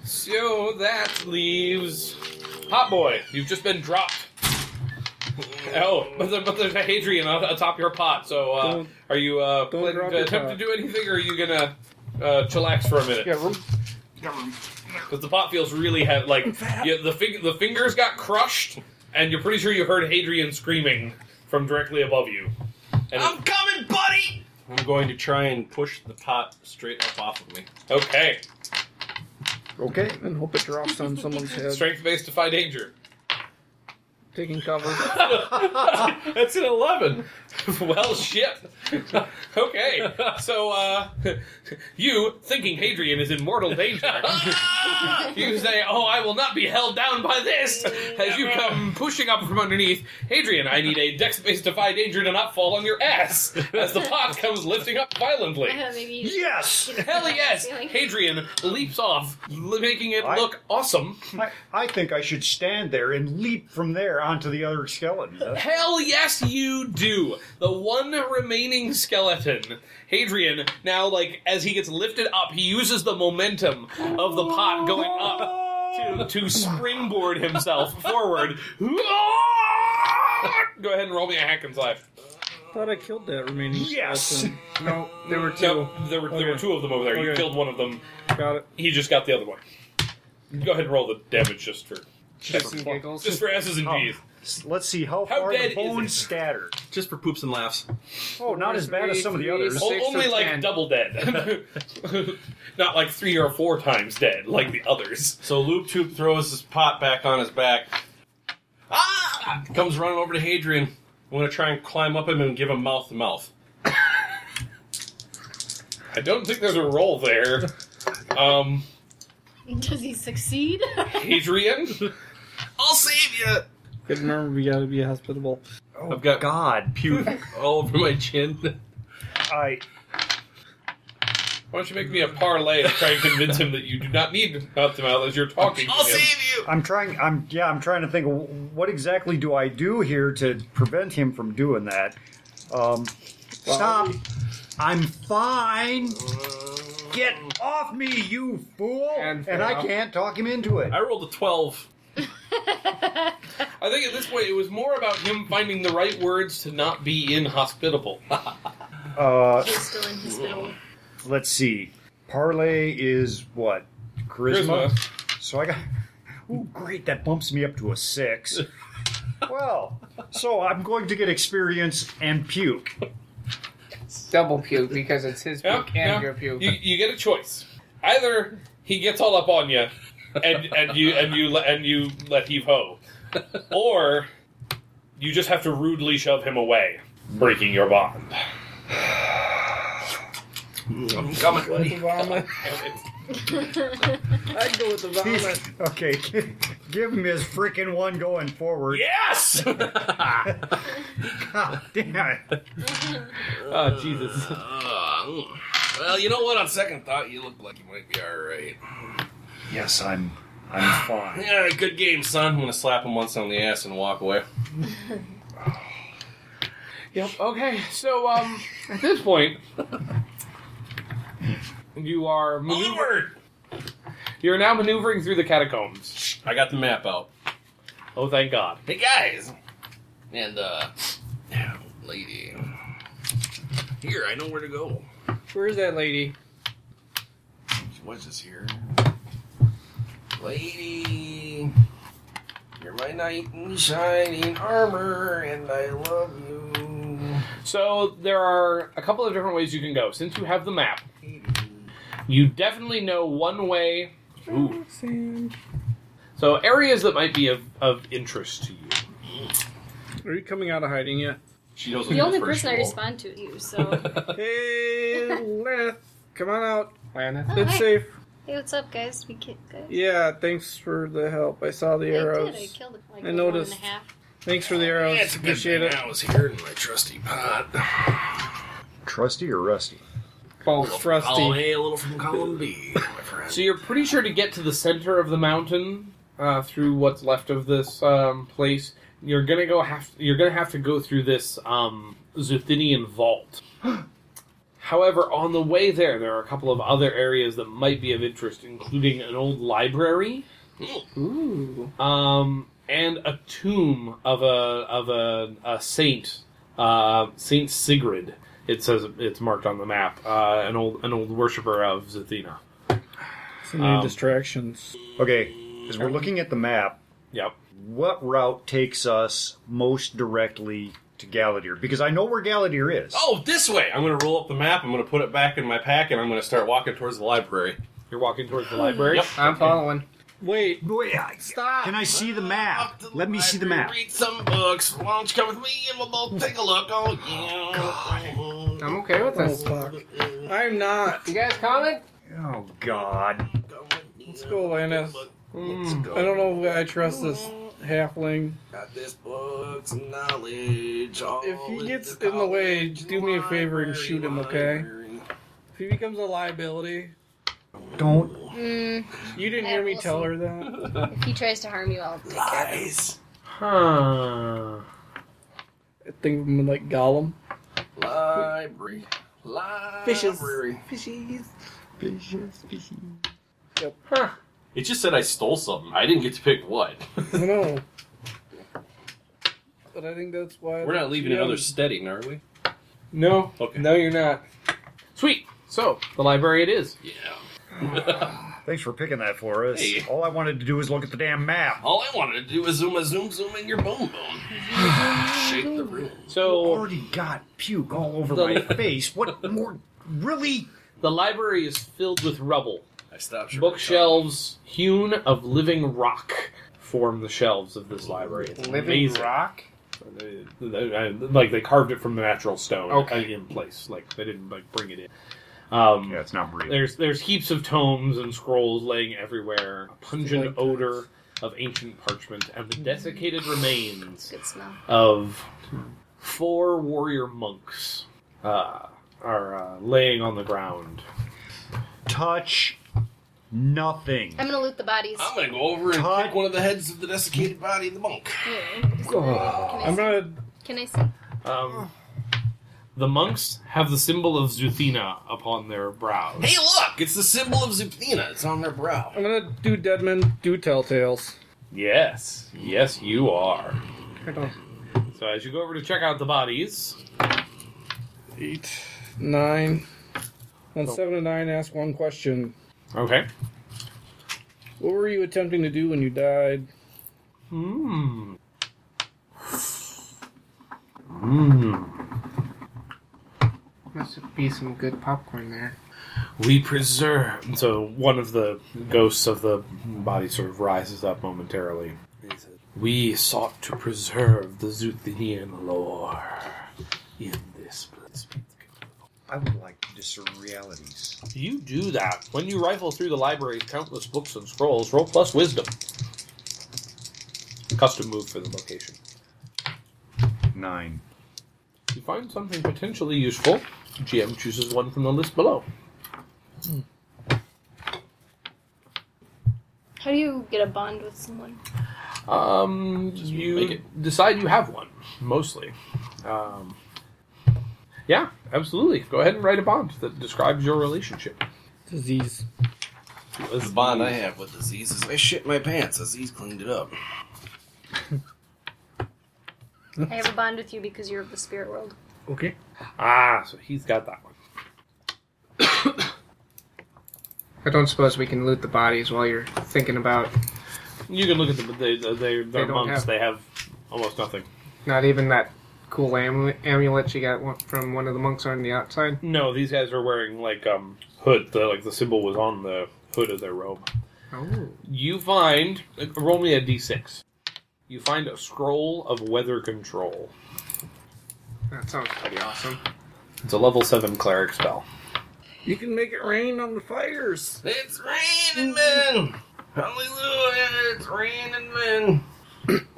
S4: So that leaves Hot Boy. You've just been dropped. Oh, but, there, but there's a Hadrian on- atop your pot. So uh,
S6: Don't-
S4: are you uh, planning
S6: drop
S4: to
S6: your
S4: attempt to
S6: pot.
S4: do anything, or are you gonna uh, chillax for a minute?
S6: Yeah. Room.
S4: Because the pot feels really heavy. Like yeah, the fig- the fingers got crushed, and you're pretty sure you heard Hadrian screaming from directly above you. And I'm coming, buddy.
S3: I'm going to try and push the pot straight up off of me.
S4: Okay,
S8: Okay.
S6: And hope it drops on someone's head.
S4: strength based defy danger.
S6: Taking cover.
S4: That's an eleven. well, shit. <laughs> okay, so uh, <laughs> you thinking Hadrian is in mortal danger, you say, "Oh, I will not be held down by this." As you come pushing up from underneath, Hadrian, I need a dex-based defy danger to not fall on your ass as the pot comes lifting up violently.
S7: Maybe
S8: <laughs>
S7: you-
S8: Yes!
S4: Hell yes! Hadrian leaps off, l- making it
S8: I-
S4: look awesome.
S8: I, I think I should stand there and leap from there onto the other skeleton. <laughs> That's-
S4: Hell yes, you do. The one remaining skeleton, Hadrian, now like as he gets lifted up, he uses the momentum of the pot going up to, to springboard himself <laughs> forward. Go ahead and roll me a hack and slash.
S6: Thought I killed that remaining.
S8: Yes!
S6: skeleton.
S5: No, there were two.
S4: No, there were there were
S6: Okay.
S4: two of them over there. You
S6: Okay.
S4: killed one of them.
S6: Got it.
S4: He just got the other one. Go ahead and roll the damage just for
S5: Just some giggles.
S4: just for S's and G's.
S3: Oh.
S8: Um, Let's see how,
S4: How
S8: far
S4: dead
S8: the
S4: is
S8: bones
S4: it?
S8: scatter.
S3: Just for poops and laughs.
S8: Oh, not as bad as some of the others.
S4: O-
S5: Six or
S4: only like
S5: ten.
S4: double
S3: <laughs>
S4: dead, not like three or four times dead like the others.
S3: So Loop Tube throws his pot back on his back, "Ah!" comes running over to Hadrian. I'm gonna try and climb up him and give him mouth to mouth. I don't think there's a roll <laughs> there. Um,
S11: Does he succeed?
S3: Hadrian,
S9: I'll save you.
S6: Good, remember we gotta be hospitable.
S3: I've got God puke all over my chin.
S8: I.
S3: Why don't you make me a parlay to try and convince him that you do not need mouth to mouth as you're talking? to him?
S9: you.
S8: I'm trying. I'm yeah. I'm trying to think. Of what exactly do I do here to prevent him from doing that? Um, stop! I'm fine. Get off me, you fool! And, I can't talk him into it.
S3: I rolled a 12. <laughs> I think at this point it was more about him finding the right words to not be inhospitable.
S8: Uh,
S11: still in hospital.
S8: let's see. Parlay is what charisma. So I got. Ooh, great! That bumps me up to a six. well, so I'm going to get experience and puke.
S5: Double puke because it's his puke and your puke.
S3: You, you get a choice. Either he gets all up on you, and and you and you le- and you let heave ho, or you just have to rudely shove him away, breaking your bond. I'm coming, buddy.
S6: I'd go with the vomit.
S8: <laughs> Okay, give him his freaking one going forward.
S9: <laughs>
S3: Yes!
S8: <laughs>
S9: Uh,
S8: God damn it.
S3: Oh Jesus!
S9: hmm. well, you know what? On second thought, you look like you might be all right.
S8: Yes, I'm. I'm fine.
S3: Yeah, good game, son. I'm gonna slap him once on the ass and walk away.
S4: Yep. Okay. So, um, at this point, you are maneuvering. You're now maneuvering through the catacombs.
S3: I got the map out.
S4: Oh, thank God.
S9: Hey guys, and uh, lady, here I know where to go.
S6: Where's that lady?
S9: What is this here? Lady, you're my knight in shining armor, and I love you.
S4: So there are a couple of different ways you can go. Since you have the map, you definitely know one way. Ooh. So areas that might be of, of interest to you.
S6: Are you coming out of hiding yet?
S3: She knows
S7: <laughs>
S3: <laughs>
S7: The only person I respond to is you, so.
S6: Hey, Laneth, come on out.
S5: Planet.
S7: Oh,
S6: It's
S7: hey.
S6: safe.
S7: Hey, what's up, guys? We get guys.
S6: Yeah, thanks for the help. I saw the
S7: I
S6: arrows.
S7: did. I killed it. Like
S6: I
S7: I noticed. One
S6: noticed.
S7: and a half.
S6: Thanks for the arrows.
S9: That's a good
S6: Appreciate
S9: thing
S6: it.
S9: I was here in my trusty pot.
S8: Trusty or rusty?
S6: Both
S9: Column
S6: rusty.
S9: A, a little from column B, my friend.
S4: So you're pretty sure to get to the center of the mountain uh, through what's left of this um, place. You're gonna go have you're gonna have to go through this um, Zuthinian vault. <gasps> However, on the way there, there are a couple of other areas that might be of interest, including an old library,
S6: Ooh.
S4: um, and a tomb of a of a, a saint, uh, Saint Sigrid. It says it's marked on the map. Uh, an old an old worshipper of Zathena.
S6: Some new
S4: Um,
S6: distractions.
S8: Okay, as we're looking at the map,
S4: Yep.
S8: what route takes us most directly to Galadir? Because I know where Galadir is.
S3: Oh, this way! I'm gonna roll up the map. I'm gonna put it back in my pack, and I'm gonna start walking towards the library.
S4: You're walking towards the library.
S3: Yep.
S5: I'm following.
S6: Wait,
S8: Wait, I-
S6: stop.
S8: Can I see the map? Let me see the map.
S9: Read some books. Why don't you come with me and we'll both take a look. Oh, yeah.
S5: I'm okay with
S6: Oh,
S5: this.
S6: fuck. I'm not.
S5: You guys coming?
S8: Oh God!
S6: Let's go, Lannis. I don't know if I trust this halfling.
S9: Got this book's knowledge. all
S6: If he gets
S9: the
S6: in the way,
S9: college
S6: do me a favor and
S9: library,
S6: shoot him, okay?
S9: library.
S6: If he becomes a liability,
S8: Don't.
S7: Mm,
S6: you didn't
S7: Yeah,
S6: hear me
S7: we'll
S6: tell
S7: see.
S6: her that.
S7: if he tries to harm you, I'll take care of him.
S9: Lies.
S4: Huh.
S6: I think of him like Gollum.
S9: Library. Library.
S4: Huh.
S3: It just said I stole something. I didn't get to pick what.
S6: I know. But I think that's why.
S3: We're not leaving
S6: Yeah.
S3: another steading, are we?
S4: No.
S3: Okay.
S4: No, you're not. Sweet. So the library it is.
S3: Yeah.
S8: Thanks for picking that for us.
S3: Hey.
S8: All I wanted to do was look at the damn map.
S9: All I wanted to do was zoom a zoom zoom in your bone bone. Shake the room.
S4: So
S8: Already got puke all over
S4: The-
S8: my face. What more? Really?
S4: the library is filled with rubble,
S9: I stopped. your-
S4: bookshelves hewn of living rock, form the shelves of this library. It's
S5: Living
S4: amazing.
S5: rock?
S4: They- they- Uh, Like they carved it from the natural stone uh,
S5: Okay.
S4: in place. Like they didn't like bring it in. Um, yeah, it's not real. There's there's heaps of tomes and scrolls laying everywhere. A pungent odor of ancient parchment and the desiccated remains
S7: Good smell.
S4: of four warrior monks uh, are uh, laying on the ground.
S8: Touch nothing.
S7: I'm gonna loot the bodies.
S4: Oh.
S3: I'm gonna go over and pick one of the heads of the desiccated body of the monk.
S7: I'm
S6: gonna.
S7: Can I see?
S4: Um, the monks have the symbol of Zuthena upon their brows.
S3: Hey, look! It's the symbol of Zuthena. It's on their brow.
S6: I'm gonna do Deadman, do Telltales.
S4: Yes, yes, you are.
S6: Hold
S4: So as you go over to check out the bodies,
S6: Eight, nine. On seven and nine, ask one question.
S4: Okay.
S6: What were you attempting to do when you died?
S4: Hmm. Mmm.
S5: Must be some good popcorn there.
S4: we preserve. and So one of the ghosts of the body sort of rises up momentarily. He says, We sought to preserve the Zuthenian lore in this place.
S8: I would like to discern realities.
S4: You do that. When you rifle through the library's countless books and scrolls, roll plus wisdom. Custom move for the location.
S12: Nine.
S4: You find something potentially useful. GM chooses one from the list below.
S13: How do you get a bond with someone?
S4: Um, you decide you have one, mostly. Um, yeah, absolutely. Go ahead and write a bond that describes your relationship.
S6: Disease.
S3: The bond I have with disease is I shit my pants. Aziz cleaned it up.
S7: I have a bond with you because you're of the spirit world.
S4: Okay. Ah, so he's got that one.
S5: I don't suppose we can loot the bodies while you're thinking about
S4: You can look at them, but they, they, they're,
S5: They
S4: they're
S5: don't
S4: monks.
S5: have-
S4: They have almost nothing.
S5: not even that cool amu- amulet you got one- from one of the monks on the outside.
S4: No, these guys are wearing, like, um, hood. The, like, the symbol was on the hood of their robe.
S5: Oh.
S4: You find. uh, Roll me a d6. You find a scroll of weather control.
S5: That sounds pretty awesome.
S4: It's a level 7 cleric spell.
S6: You can make it rain on the fires.
S3: It's raining men! Hallelujah! It's raining men!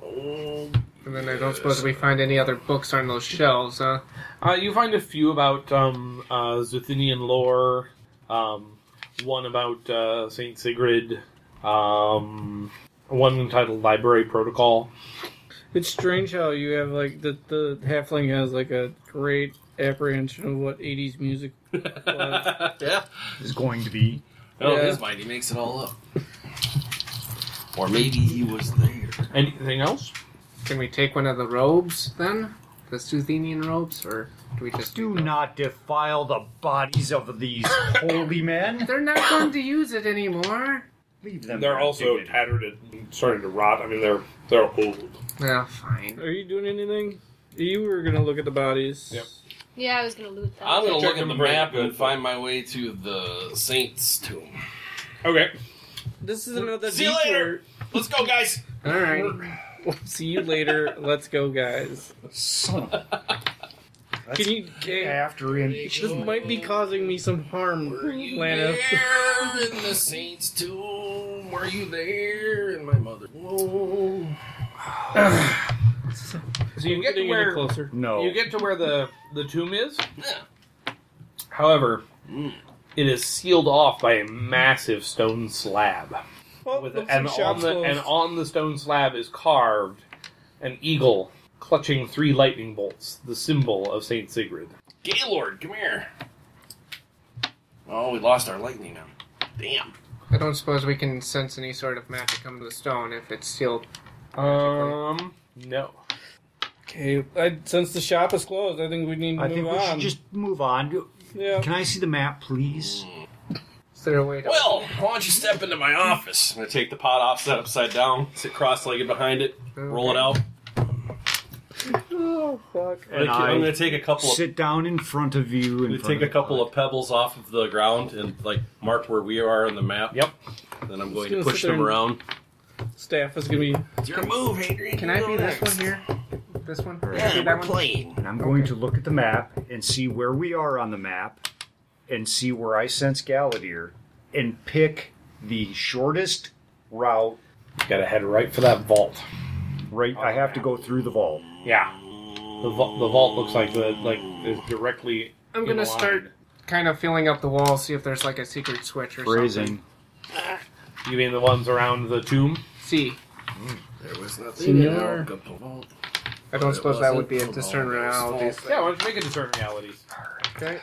S3: oh,
S5: And then I don't suppose we find any other books on those shelves, huh?
S4: Uh, you find a few about um, uh, Zuthinian lore, um, one about uh, Saint Sigrid, um, one entitled Library Protocol.
S6: It's strange how you have like the the halfling has like a great apprehension of what '80s
S4: <laughs>
S6: music was.
S3: yeah.
S8: Is going to be.
S6: Yeah.
S3: Oh, his mind. He makes it all up. Or maybe he was there.
S4: Anything else?
S5: Can we take one of the robes then? The Suthenian robes, or do we just
S8: Do not defile the bodies of these holy men.
S5: They're not going to use it anymore.
S8: Leave them.
S4: They're also tattered and starting to rot. I mean, they're they're old.
S5: Well, Ah, fine.
S6: Are you doing anything? You were gonna look at the bodies. Yep.
S7: Yeah, I was gonna loot them.
S3: I'm gonna
S4: Check
S3: look at
S4: them
S3: the
S4: right
S3: map and
S4: good.
S3: find my way to the saint's tomb.
S4: Okay.
S6: This is another
S3: See you later. Let's go, guys!
S5: All right.
S6: We'll see you later. Let's go, guys.
S8: Son of That's
S6: Can you?
S8: <laughs>
S6: Can,
S8: after him.
S6: this might be causing me some harm, <laughs>
S3: Were you
S6: Lana.
S5: <laughs>
S3: there in the saint's tomb? Were you there? And my mother. Whoa.
S4: So you get to
S6: Getting
S4: where
S6: any closer.
S8: No.
S4: you get to where the the tomb is.
S3: Yeah.
S4: However,
S3: Mm.
S4: it is sealed off by a massive stone slab.
S6: Oh,
S4: with
S6: looks
S4: and
S6: like
S4: on
S6: shop's
S4: the
S6: closed.
S4: and on the stone slab is carved an eagle clutching three lightning bolts, the symbol of Saint Sigrid.
S3: Gaylord, come here. Oh, we lost our lightning now. Damn.
S5: I don't suppose we can sense any sort of magic come to the stone if it's sealed.
S4: Um, no.
S6: Okay, I, since the shop is closed, I think we need to
S8: I
S6: move
S8: think we
S6: on.
S8: should just move on. Do-
S6: yeah.
S8: Can I see the map, please?
S5: Is there a way to?
S3: Well, why don't you step into my office? I'm gonna take the pot off, set upside down, sit cross-legged behind it, roll it out.
S6: Oh fuck!
S3: I'm
S8: And
S3: gonna- I'm
S8: I
S3: gonna take a couple of
S8: sit down in front of you
S3: I'm
S8: and
S3: gonna take a couple of pebbles off of the ground and like mark where we are on the map.
S4: Yep.
S3: Then I'm going to
S6: gonna sit
S3: push
S6: there
S3: them
S6: and-
S3: around.
S6: staff is gonna be.
S9: It's your move, Adrian.
S5: Can I
S9: You go
S5: be this
S9: next.
S5: one here? This one?
S9: Yeah,
S5: Be
S9: we're
S5: that one?
S9: playing.
S8: And I'm going to look at the map and see where we are on the map and see where I sense Galadir and pick the shortest route.
S4: Gotta head right for that vault.
S8: Right, I have to go through the vault.
S4: Yeah. The, va- the vault looks like the like is directly.
S5: I'm
S4: in
S5: gonna
S4: line.
S5: start kind of filling up the wall, see if there's like a secret switch or something.
S8: Phrasing.
S4: You mean the ones around the tomb?
S5: See.
S9: There was nothing. to
S6: Senor.
S9: help the vault.
S5: I don't
S9: It
S5: suppose that
S9: wasn't
S5: would be a
S9: from
S5: discern
S9: all those
S5: realities.
S4: Yeah, why don't you make a discern realities?
S5: Okay.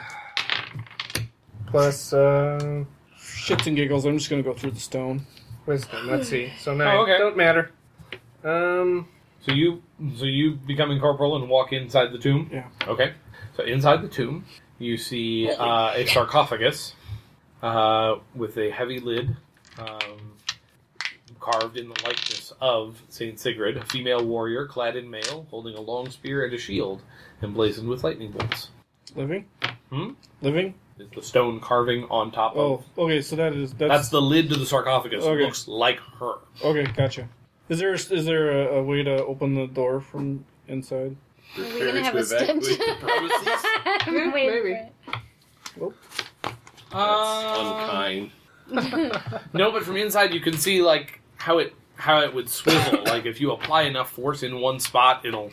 S5: Plus uh,
S6: Shits and giggles. I'm just gonna go through the stone.
S5: wisdom. Let's see. So nine.
S4: Oh, okay.
S5: Don't matter. Um.
S4: So you so you become incorporeal and walk inside the tomb.
S6: Yeah.
S4: Okay. So inside the tomb, you see uh, a sarcophagus uh, with a heavy lid um, carved in the likeness of Saint Sigrid, a female warrior clad in mail, holding a long spear and a shield, emblazoned with lightning bolts.
S6: Living.
S4: Hmm?
S6: Living.
S4: It's the stone carving on top of.
S6: Oh, okay. So that is
S4: That's
S6: that's,
S4: the lid to the sarcophagus.
S6: Okay.
S4: Looks like her.
S6: okay. Gotcha. Is there is there a, a way to open the door from inside?
S7: Are we gonna have a stint?
S9: evacuate the
S7: <laughs>
S9: premises?
S11: I'm waiting for
S5: maybe.
S11: it.
S9: That's unkind.
S4: No, but from inside you can see like how it how it would swivel. like if you apply enough force in one spot, it'll.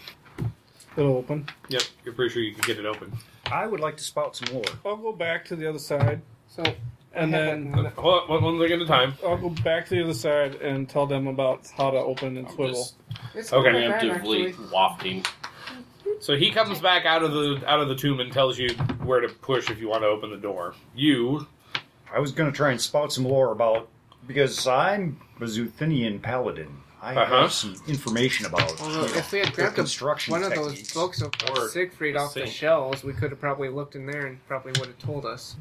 S6: It'll open.
S4: Yep, you're pretty sure you can get it open.
S8: I would like to spout some lore.
S6: I'll go back to the other side,
S5: So
S6: and
S5: I have
S6: then
S5: that now.
S4: Well, one, one thing at a time.
S6: I'll go back to the other side and tell them about how to open and
S9: I'm
S6: swivel.
S9: just
S5: It's not
S4: Okay.
S5: that bad, actually.
S9: preemptively wafting.
S4: So he comes back out of the out of the tomb and tells you where to push if you want to open the door. You
S8: I was going to try and spout some lore about because I'm a Zuthinian paladin. I
S4: Uh-huh.
S8: have some information about
S5: Although,
S8: you know,
S5: if we had
S8: their
S5: grabbed a,
S8: construction
S5: one of those
S8: techniques.
S5: books of
S4: Or
S5: Siegfried
S4: a
S5: off the
S4: sink.
S5: shelves, we could have probably looked in there and probably would have told us.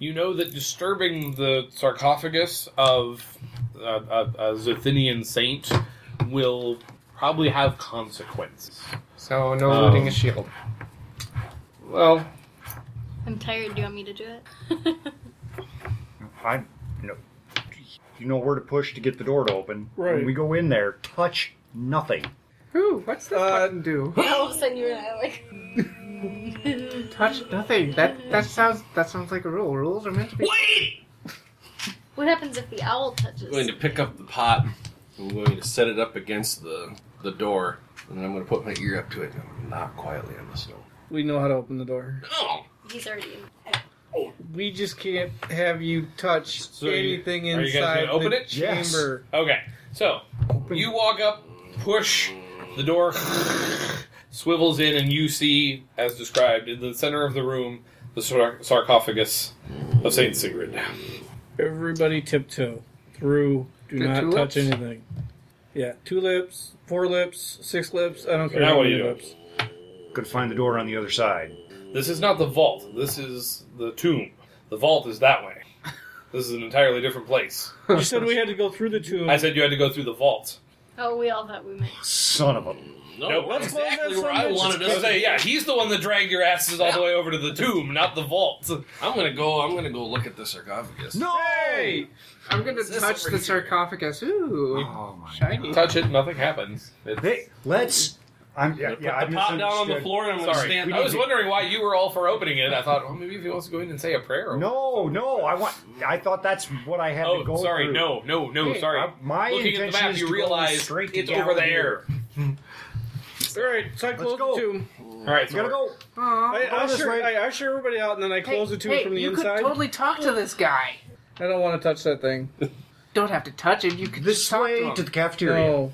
S4: you know that disturbing the sarcophagus of a, a, a Zuthinian saint will probably have consequences.
S5: So no
S4: Um,
S5: looting a shield.
S4: Well,
S11: I'm tired. Do you want me to do it? <laughs>
S8: I you know, you know where to push to get the door to open.
S6: Right.
S8: When we go in there, touch nothing.
S5: Who? What's this
S6: Uh,
S5: button do?
S11: All of a sudden, you and I like.
S5: Touch nothing. That that sounds that sounds like a rule. Rules are meant to be.
S9: Wait!
S11: What happens if the owl
S9: I'm
S11: touches?
S9: going to pick up the pot. I'm going to set it up against the the door, and then I'm going to put my ear up to it. and I'm going to knock quietly on the stone.
S6: We know how to open the door.
S9: Oh,
S11: He's already in.
S5: We just can't have you touch
S4: So you- anything are you guys inside gonna open the it?
S8: Yes. chamber.
S4: okay. So you walk up, push the door, swivels in, and you see, as described, in the center of the room, the sar- sarcophagus of Saint Sigrid.
S6: Everybody tiptoe through. Do
S5: The
S6: not
S5: two
S6: touch
S5: lips?
S6: anything. Yeah, two lips, four lips, six lips. I don't care
S4: Now
S6: how
S4: what do
S6: many
S4: you do?
S6: lips.
S8: Could find the door on the other side.
S4: This is not the vault. This is the tomb. The vault is that way. This is an entirely different place.
S6: You said we had to go through the tomb.
S4: I said you had to go through the vault.
S11: Oh, we all thought we meant.
S8: Son of a
S9: no!
S4: Nope.
S9: That's
S6: close
S9: exactly
S6: that
S9: where I
S6: sentence.
S9: wanted
S4: I
S9: us.
S4: was saying, yeah, he's the one that dragged your asses all the way over to the tomb, not the vault.
S9: I'm going to go. I'm going to go look at the sarcophagus.
S8: no!
S5: Hey! I'm gonna
S9: Is this
S5: touch
S9: over
S5: the
S9: here?
S5: sarcophagus. Ooh,
S8: Oh my!
S5: shiny.
S4: Touch it, nothing happens. It's-
S8: Hey, let's. I'm yeah.
S9: I'm gonna
S8: yeah I
S9: put the pot down on the
S8: misunderstood.
S9: floor, and I'm going to
S4: Sorry,
S9: stand.
S4: I was wondering why you were all for opening it. I thought, well, maybe if he wants to go in and say a prayer.
S8: No, no. I want. I thought that's what I had to
S4: Oh,
S8: go
S4: sorry,
S8: through.
S4: no, no, no,
S5: Hey,
S4: sorry.
S8: I- my
S4: Looking at the
S8: intention
S4: map,
S8: is
S4: you
S8: to go
S4: realize
S8: straight to
S4: it's over
S8: Gallaudet.
S4: there.
S6: All right, so I close
S8: go.
S6: the tomb.
S4: All right,
S8: You gotta
S4: so
S8: go.
S5: Aw.
S6: I, I,
S8: Go this
S6: usher,
S8: way.
S6: I usher everybody out, and then I close the tomb
S5: Hey,
S6: from the
S5: you
S6: inside.
S5: could totally talk to this guy.
S6: I don't want to touch that thing.
S5: Don't have to touch it. You could
S8: This
S5: just talk
S8: way
S5: to
S8: to,
S5: him.
S8: the cafeteria.
S6: No,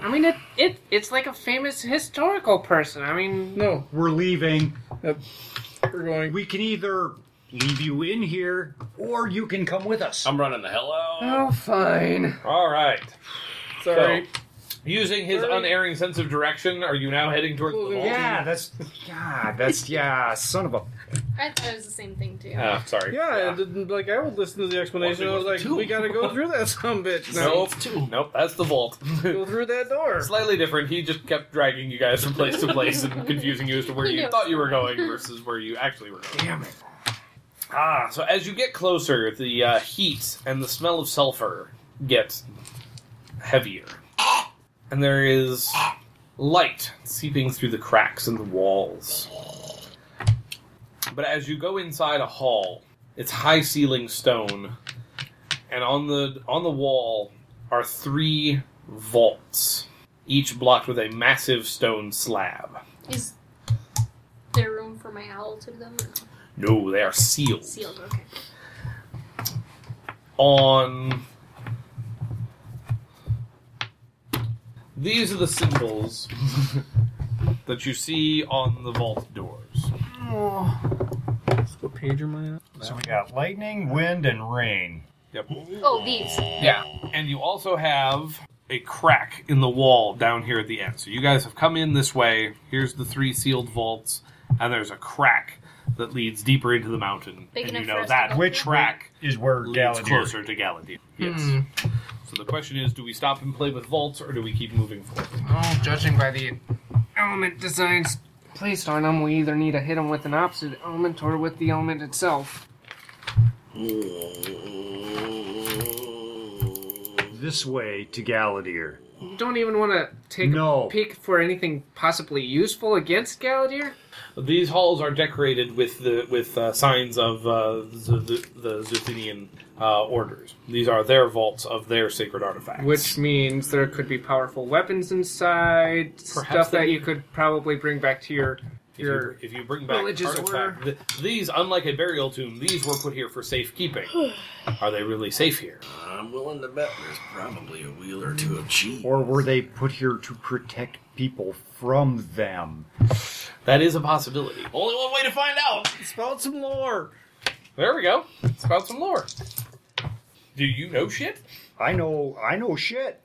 S5: I mean, it, it it's like a famous historical person. I mean,
S6: no,
S8: We're leaving.
S6: we're going.
S8: We can either leave you in here, or you can come with us.
S9: I'm running the hell out.
S5: oh, fine.
S4: all right.
S6: Sorry.
S4: Using his
S6: Sorry.
S4: unerring sense of direction, are you now heading towards the vault?
S8: yeah, that's yeah, that's yeah, son of a.
S11: I thought it was the same thing too.
S3: Oh.
S4: Ah, sorry.
S6: yeah,
S4: <laughs>
S6: I didn't- like I would listen to the explanation. I was like, we gotta go through that some bitch now.
S4: Nope. Nope. That's the vault. <laughs>
S6: Go through that door.
S4: Slightly different. He just kept dragging you guys from place to place and confusing you as to where you
S11: Yes.
S4: thought you were going versus where you actually were going.
S8: Damn it!
S4: Ah, so as you get closer, the uh, heat and the smell of sulfur get heavier. And there is light seeping through the cracks in the walls. But as you go inside a hall, it's high ceiling stone, and on the on the wall are three vaults, each blocked with a massive stone slab.
S7: Is there room for my owl to them? Or no?
S4: No, they are sealed.
S7: Sealed, okay.
S4: on these are the symbols that you see on the vault doors
S6: What page am I on?
S8: So we got lightning, wind, and rain.
S4: yep
S7: Oh, these.
S4: yeah and you also have a crack in the wall down here at the end so you guys have come in this way here's the three sealed vaults and there's a crack that leads deeper into the mountain
S7: Big
S4: and you
S7: enough
S4: know
S7: for us to
S4: that
S7: go
S4: which crack
S8: Is where
S4: leads
S8: Galadir.
S4: closer to Galadir. yes
S5: Hmm.
S4: so the question is do we stop and play with vaults or do we keep moving forward
S5: Oh, judging by the element designs placed on them, we either need to hit them with an opposite element or with the element itself.
S8: This way to Galadir.
S5: You don't even want to take
S8: No.
S5: a peek for anything possibly useful against Galadir?
S4: These halls are decorated with the with uh, signs of uh, the, the, the Zuthinian uh, orders. These are their vaults of their sacred artifacts.
S5: Which means there could be powerful weapons inside, stuff
S4: they-
S5: that you could probably bring back to your
S4: if you,
S5: your
S4: if you bring back
S5: religious
S4: artifact, th- these, unlike a burial tomb, these were put here for
S8: <sighs>
S4: safekeeping. are they really safe here?
S14: I'm willing to bet there's probably a wheel or two of cheese.
S8: Or were they put here to protect people from them?
S4: That is a possibility.
S3: Only one way to find out.
S8: Spout some lore.
S4: There we go. Spout some lore. Do you know shit?
S8: I know. I know <laughs> shit.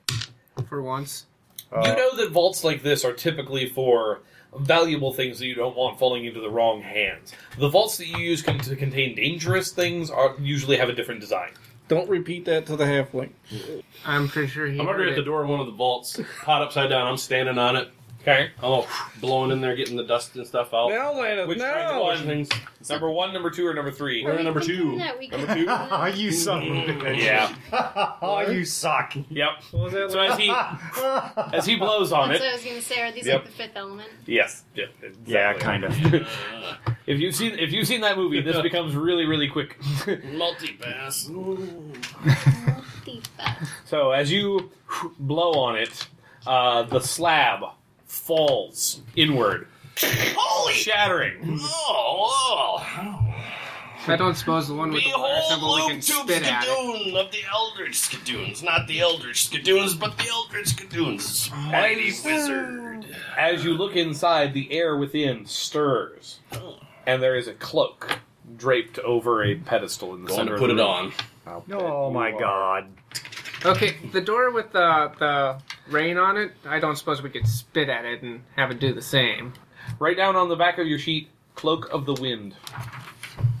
S5: for once.
S8: Uh,
S4: you know that vaults like this are typically for valuable things that you don't want falling into the wrong hands. The vaults that you use con- to contain dangerous things are usually have a different design.
S6: Don't repeat that to the halfling.
S5: I'm pretty sure he.
S14: I'm already
S5: heard
S14: at the
S5: it.
S14: door of one of the vaults, pot upside down. I'm standing on it.
S4: Okay.
S14: I'm all blowing in there, getting the dust and stuff out.
S6: Now, Lana,
S4: Which
S6: now!
S4: one? Things. Number one, number two, or number three?
S14: We're
S7: we
S14: number two.
S7: complaining that we
S14: Number
S7: can't-
S14: two.
S8: <laughs> you suck.
S9: Mm,
S8: <laughs>
S4: Yeah.
S8: oh, you suck.
S4: Yep.
S5: What was that
S4: So as
S5: <laughs>
S4: he as he blows on
S7: That's what
S4: it,
S7: I was gonna say. Are these
S4: Yep.
S7: like the fifth element?
S4: yes, yep, exactly.
S8: Yeah, kind of.
S4: If you've seen if you've seen that movie, <laughs> this becomes really really quick. <laughs>
S14: Multi-pass.
S11: <laughs>
S7: Tifa.
S4: So as you blow on it, uh, the slab falls inward,
S3: Holy shit!
S4: shattering.
S3: Oh, oh.
S5: I don't suppose the one with the water symbol we can spit at. It.
S3: of the Eldritch Skadoons. Not the Eldritch Skadoons, but the Eldritch Skadoons. Mighty wizard.
S4: As you look inside, the air within stirs, and there is a cloak draped over a pedestal in the
S14: Going
S4: center.
S14: to
S4: of
S14: put
S4: the
S14: it
S4: room.
S14: on.
S4: I'll bet
S8: Oh
S4: you
S8: my
S4: are.
S8: god.
S5: Okay, the door with the the rain on it. I don't suppose we could spit at it and have it do the same.
S4: Right down on the back of your sheet, cloak of the wind.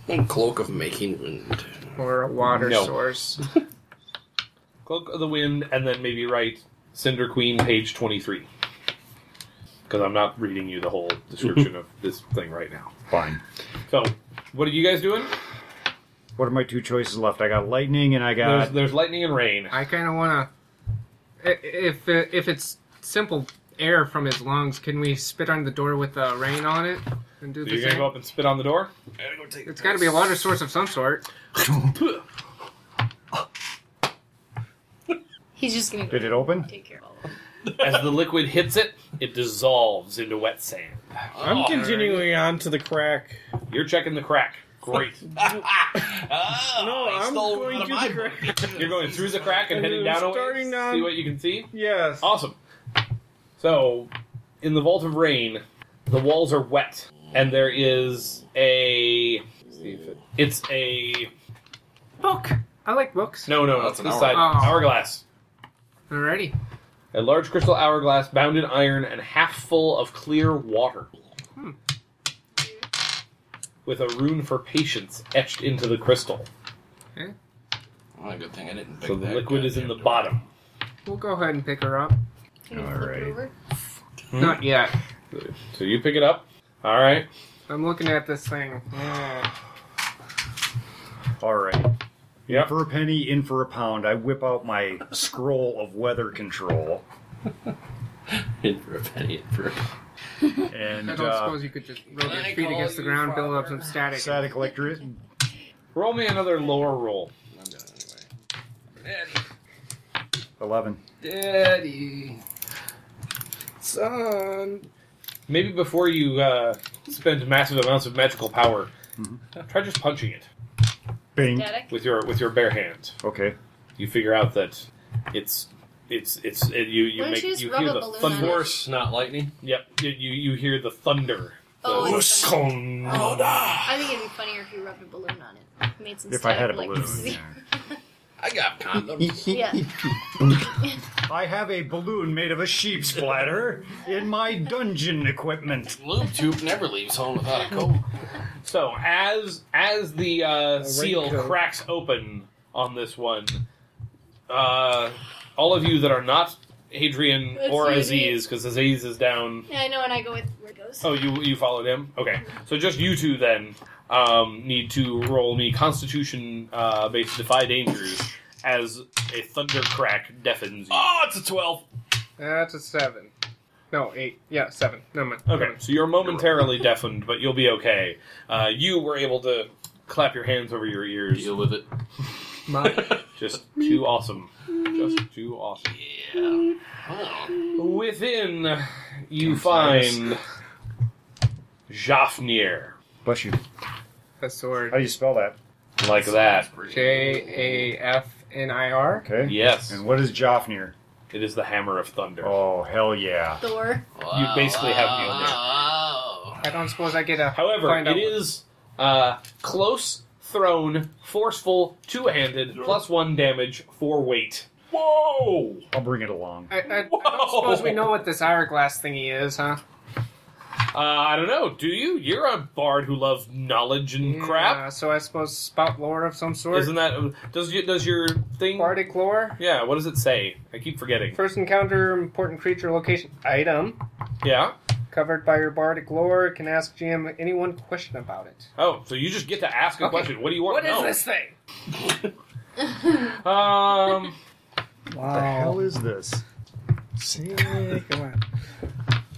S14: One cloak of making wind.
S5: Or a water
S4: No.
S5: source.
S4: Cloak of the Wind, and then maybe write Cinder Queen, page 23. Because I'm not reading you
S14: <laughs>
S4: the whole description of this thing right now.
S8: Fine.
S4: So, what are you guys doing?
S8: What are my two choices left? I got lightning and I
S4: There's,
S8: got.
S4: there's lightning and rain.
S5: I kind of want to. If if it's simple air from his lungs, can we spit on the door with the rain on it and do
S4: So
S5: the
S4: you're going to
S5: same?
S4: go up and spit on the door?
S5: It's got to be a water source of some sort.
S7: He's just gonna
S8: Did
S7: go
S8: it open?
S7: take care of all of them.
S4: As the liquid hits it, it dissolves into wet sand.
S6: I'm continuing on to the crack.
S4: You're checking the crack. Great.
S6: No, I'm going to the crack.
S4: You're going through the crack and
S6: And
S4: heading
S6: then
S4: down a way.
S6: starting down-
S4: See what you can see?
S6: Yes.
S4: Awesome. So, in the Vault of Rain, the walls are wet, and there is a. see if it- It's a
S5: Book. I like books.
S4: no, no, no.
S14: That's
S4: This
S14: an
S4: side
S5: hourglass. Oh.
S4: hourglass.
S5: Alrighty.
S4: A large crystal hourglass bound in iron and half full of clear water, with a rune for patience etched into the crystal.
S14: Well, good thing I didn't pick
S4: So the
S14: that
S4: liquid is in
S14: goddamn
S4: the
S14: door.
S4: bottom.
S5: We'll go ahead and pick her up.
S7: Can you flip it
S8: Alright.
S7: over?
S5: Not yet.
S4: So you pick it up. All right.
S5: Hmm. I'm looking at this thing. Yeah.
S8: All right. In for a penny, in for a pound. I whip out my scroll of weather control.
S9: <laughs> in for a penny, in for a pound.
S8: And
S5: I don't
S8: uh,
S5: suppose you could just rub your
S4: I
S5: feet
S4: call
S5: against the
S4: you
S5: ground, build up some static.
S8: Static electric.
S4: Roll me another lower roll.
S8: Eleven.
S4: Daddy. Son. Maybe before you uh, spend massive amounts of magical power, try just punching it
S8: Bing.
S11: Static?
S4: with your with your bare hands.
S8: Okay.
S4: You figure out that it's it's it's it, you you
S11: Why don't
S4: make
S11: you just
S4: you
S11: rub
S4: hear
S11: a
S4: the
S11: balloon on
S4: thunder.
S11: it?
S9: Force, not lightning.
S4: Yep, you, you you hear the thunder.
S11: Oh,
S4: The-
S11: it's
S4: Wuskong.
S11: I think it'd be funnier if you rubbed a balloon on it. Made some
S8: If I had a
S11: static, like, <laughs>
S8: balloon,
S9: I got
S4: <laughs>
S9: condoms.
S11: yeah.
S8: I have a balloon made of a sheep's bladder in my dungeon equipment.
S9: Lube tube never leaves home without a coat.
S4: So as as the uh, seal
S5: raincoat.
S4: cracks open on this one, uh, all of you that are not Hadrian
S11: Let's
S4: or
S11: see,
S4: Aziz, because Aziz is down.
S11: yeah, I know, and I go with where it goes.
S4: Oh, you you followed him. Okay, so just you two then um, need to roll me Constitution uh, based defy dangers as a thunder crack deafens you.
S9: Oh, it's a twelve.
S5: That's a seven. No, eight. Yeah, seven. No mind.
S4: Okay, so you're momentarily deafened, but you'll be okay. Uh, you were able to clap your hands over your ears.
S9: Deal with it.
S4: <laughs> Just too awesome. Just too awesome.
S9: Yeah. Wow.
S4: Within, you find Jafnir.
S8: Bless you.
S5: A sword.
S8: How do you spell that?
S4: Like that.
S5: J A F N I R.
S8: Okay.
S4: Yes.
S8: And what is Jofnir?
S4: It is the Hammer of Thunder.
S8: Oh hell yeah!
S11: Thor.
S4: You basically have
S9: Ah.
S4: Mjolnir.
S9: Wow.
S5: I don't suppose I get a.
S4: However,
S5: find
S4: it
S5: out-
S4: is uh, close, thrown, forceful, two handed, plus one damage, for weight. Whoa!
S8: I'll bring it along.
S5: I, I, I don't
S4: Whoa!
S5: suppose we know what this hourglass thingy is, huh?
S4: Uh, I don't know. Do you? You're a bard who loves knowledge and crap.
S5: Yeah, so I suppose spout lore of some sort.
S4: Isn't that does you, does your thing?
S5: Bardic lore.
S4: Yeah. What does it say? I keep forgetting.
S5: First encounter important creature location item
S4: Yeah.
S5: covered by your bardic lore can ask GM any one question about it.
S4: Oh, so you just get to ask a
S5: Okay.
S4: question. What do you want
S5: What
S4: to
S5: is
S4: know?
S5: this thing?
S4: this? Um,
S8: What the hell is this? Sick.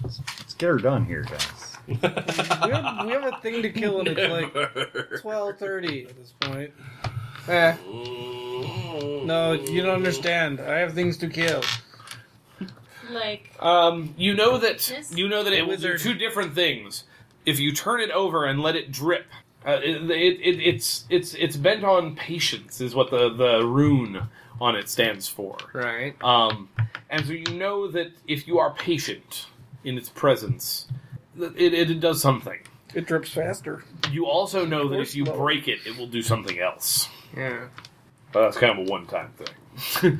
S8: Let's get her done here, guys.
S6: We have, we have a thing to kill, and it's like
S9: Never.
S6: twelve thirty at this point.
S5: Eh,
S6: No, you don't understand. I have things to kill.
S11: Like,
S4: um, you know that
S11: This?
S4: you know that it will do
S6: Wizard.
S4: two different things. If you turn it over and let it drip, uh, it, it, it, it's it's it's bent on patience, is what the the rune on it stands for.
S5: right.
S4: Um, and so you know that if you are patient in its presence, th- it, it, it does something.
S6: It drips faster.
S4: You also know that if you
S6: slower.
S4: break it, it will do something else.
S5: Yeah.
S4: But that's kind of a one-time thing.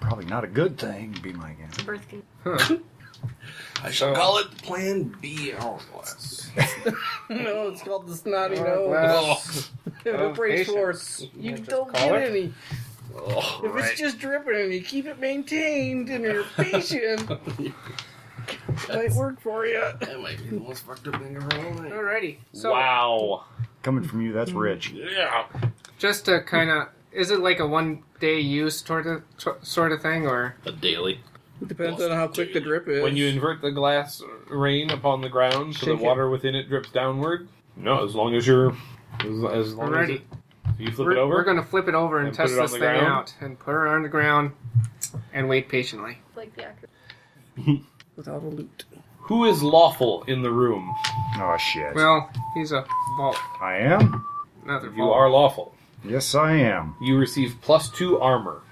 S8: Probably not a good thing. Be my guess.
S11: birth can.
S9: I should call it Plan B hourglass.
S6: <laughs> no, it's called the snotty nose.
S4: <laughs>
S5: Hourglass.
S6: If it breaks
S5: patience.
S6: force, you
S5: Just
S6: don't
S5: call
S6: get
S5: it.
S6: any.
S9: Oh,
S6: If it's just dripping and you keep it maintained and you're
S9: <laughs>
S6: patient, it might work for you.
S9: That might be the most fucked up thing I've ever heard.
S5: Alrighty. So
S4: wow.
S8: Coming from you, that's rich.
S4: Yeah.
S5: just to kind of, is it like a one day use sort of sort of thing, or
S9: A daily.
S6: It depends on how quick the drip is.
S4: When you invert the glass rain upon the ground so the
S6: Shake it.
S4: water within it drips downward? No, as long as you're... As, as long as
S5: Alrighty.
S4: it, you flip
S5: we're,
S4: it over?
S5: we're gonna flip it over and,
S4: And put
S5: test
S4: it on
S5: this
S4: the
S5: thing
S4: ground?
S5: out and put it on the ground and wait patiently.
S11: Like the actor.
S6: without a loot.
S4: Who is lawful in the room?
S8: Oh shit.
S5: Well, he's a vault,
S8: I am.
S5: another
S4: You
S5: vault.
S4: are lawful.
S8: Yes, I am.
S4: You receive plus two armor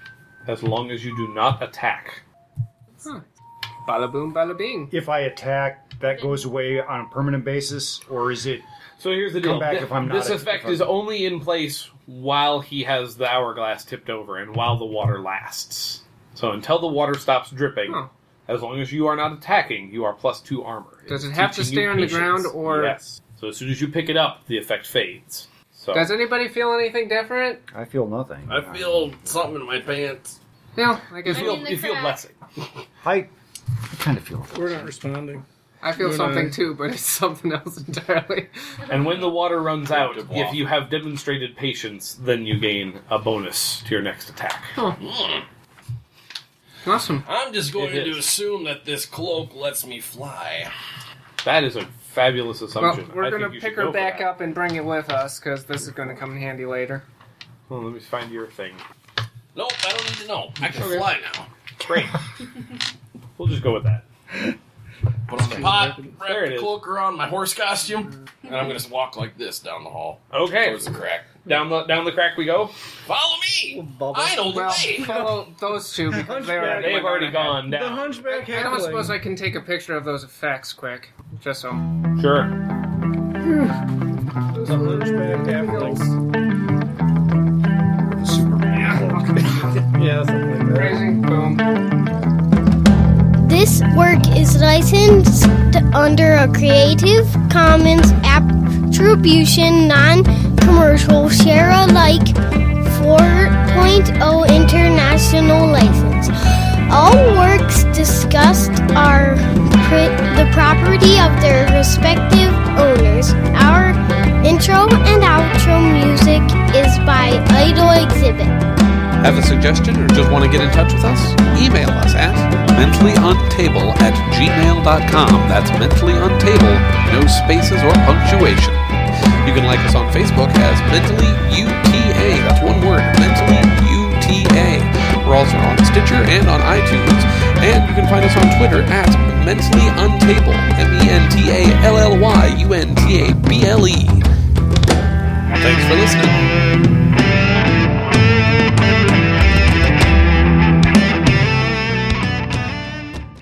S4: as long as you do not attack.
S5: Bada boom, bada bing.
S8: If I attack, that goes away on a permanent basis, or is it?
S4: So here's the
S8: Come
S4: deal.
S8: back
S4: Th-
S8: if I'm not-
S4: this
S8: if
S4: effect
S8: I'm-
S4: is only in place while he has the hourglass tipped over and while the water lasts. So until the water stops dripping,
S5: Huh.
S4: as long as you are not attacking, you are plus two armor.
S5: Does
S4: It's
S5: it have to
S4: teaching
S5: stay
S4: you
S5: on the
S4: patience.
S5: ground, or-
S4: yes? So as soon as you pick it up, the effect fades.
S3: Oh.
S4: So
S5: Does anybody feel anything different?
S8: I feel nothing.
S9: I feel something in my pants.
S5: No, I
S4: you
S5: guess
S4: feel
S11: in the
S4: you feel
S11: crack.
S4: blessing.
S8: I, I kind of feel.
S6: We're not responding.
S5: I feel
S3: Good
S5: something
S3: eye.
S5: too, but it's <laughs> something else entirely.
S3: And when the water runs out,
S5: walk.
S3: if you have demonstrated patience, then you gain a bonus to your next attack.
S5: Awesome.
S9: I'm just going
S3: It
S9: to
S3: is.
S9: assume that this cloak lets me fly.
S3: That is a fabulous
S5: Well,
S3: assumption.
S5: we're
S3: I think
S5: gonna
S3: you
S5: pick
S3: should
S5: her
S3: go for
S5: back
S3: that.
S5: up and bring it with us because this is gonna come in handy later.
S3: Well, let me find your thing.
S9: Nope, I don't need to know. I can
S3: Okay.
S9: fly now. <laughs>
S3: Great. we'll just go with that.
S9: Put on the pot,
S3: There
S9: wrap
S3: it
S9: the
S3: is.
S9: cloak around my horse costume, and I'm going to walk like this down the hall.
S3: Okay.
S9: Towards the crack.
S3: Down the down the crack we go.
S9: Follow me! I know the
S5: well,
S9: way!
S5: <laughs> Follow those two because they
S3: Hunchback-
S5: already
S3: They've
S5: went
S3: already
S5: on
S3: gone
S5: ahead.
S3: down. The
S5: hunchback. I don't
S3: Halfling.
S5: suppose I can take a picture of those effects quick, just so.
S3: Sure.
S5: The hunchback
S8: yeah, something like
S5: Raising boom.
S2: This work is licensed under a Creative Commons Attribution Non Commercial Share Alike 4.0 International License. All works discussed are pri- the property of their respective owners. Our intro and outro music is by Idol Exhibit.
S1: Have a suggestion or just want to get in touch with us? Email us at mentallyuntable at gmail.com. That's mentallyuntable, no spaces or punctuation. You can like us on Facebook as Mentally UTA. That's one word, Mentally UTA. We're also on Stitcher and on iTunes. And you can find us on Twitter at Mentally Untable, M E N T A L L Y U N T A B L E. Thanks for listening.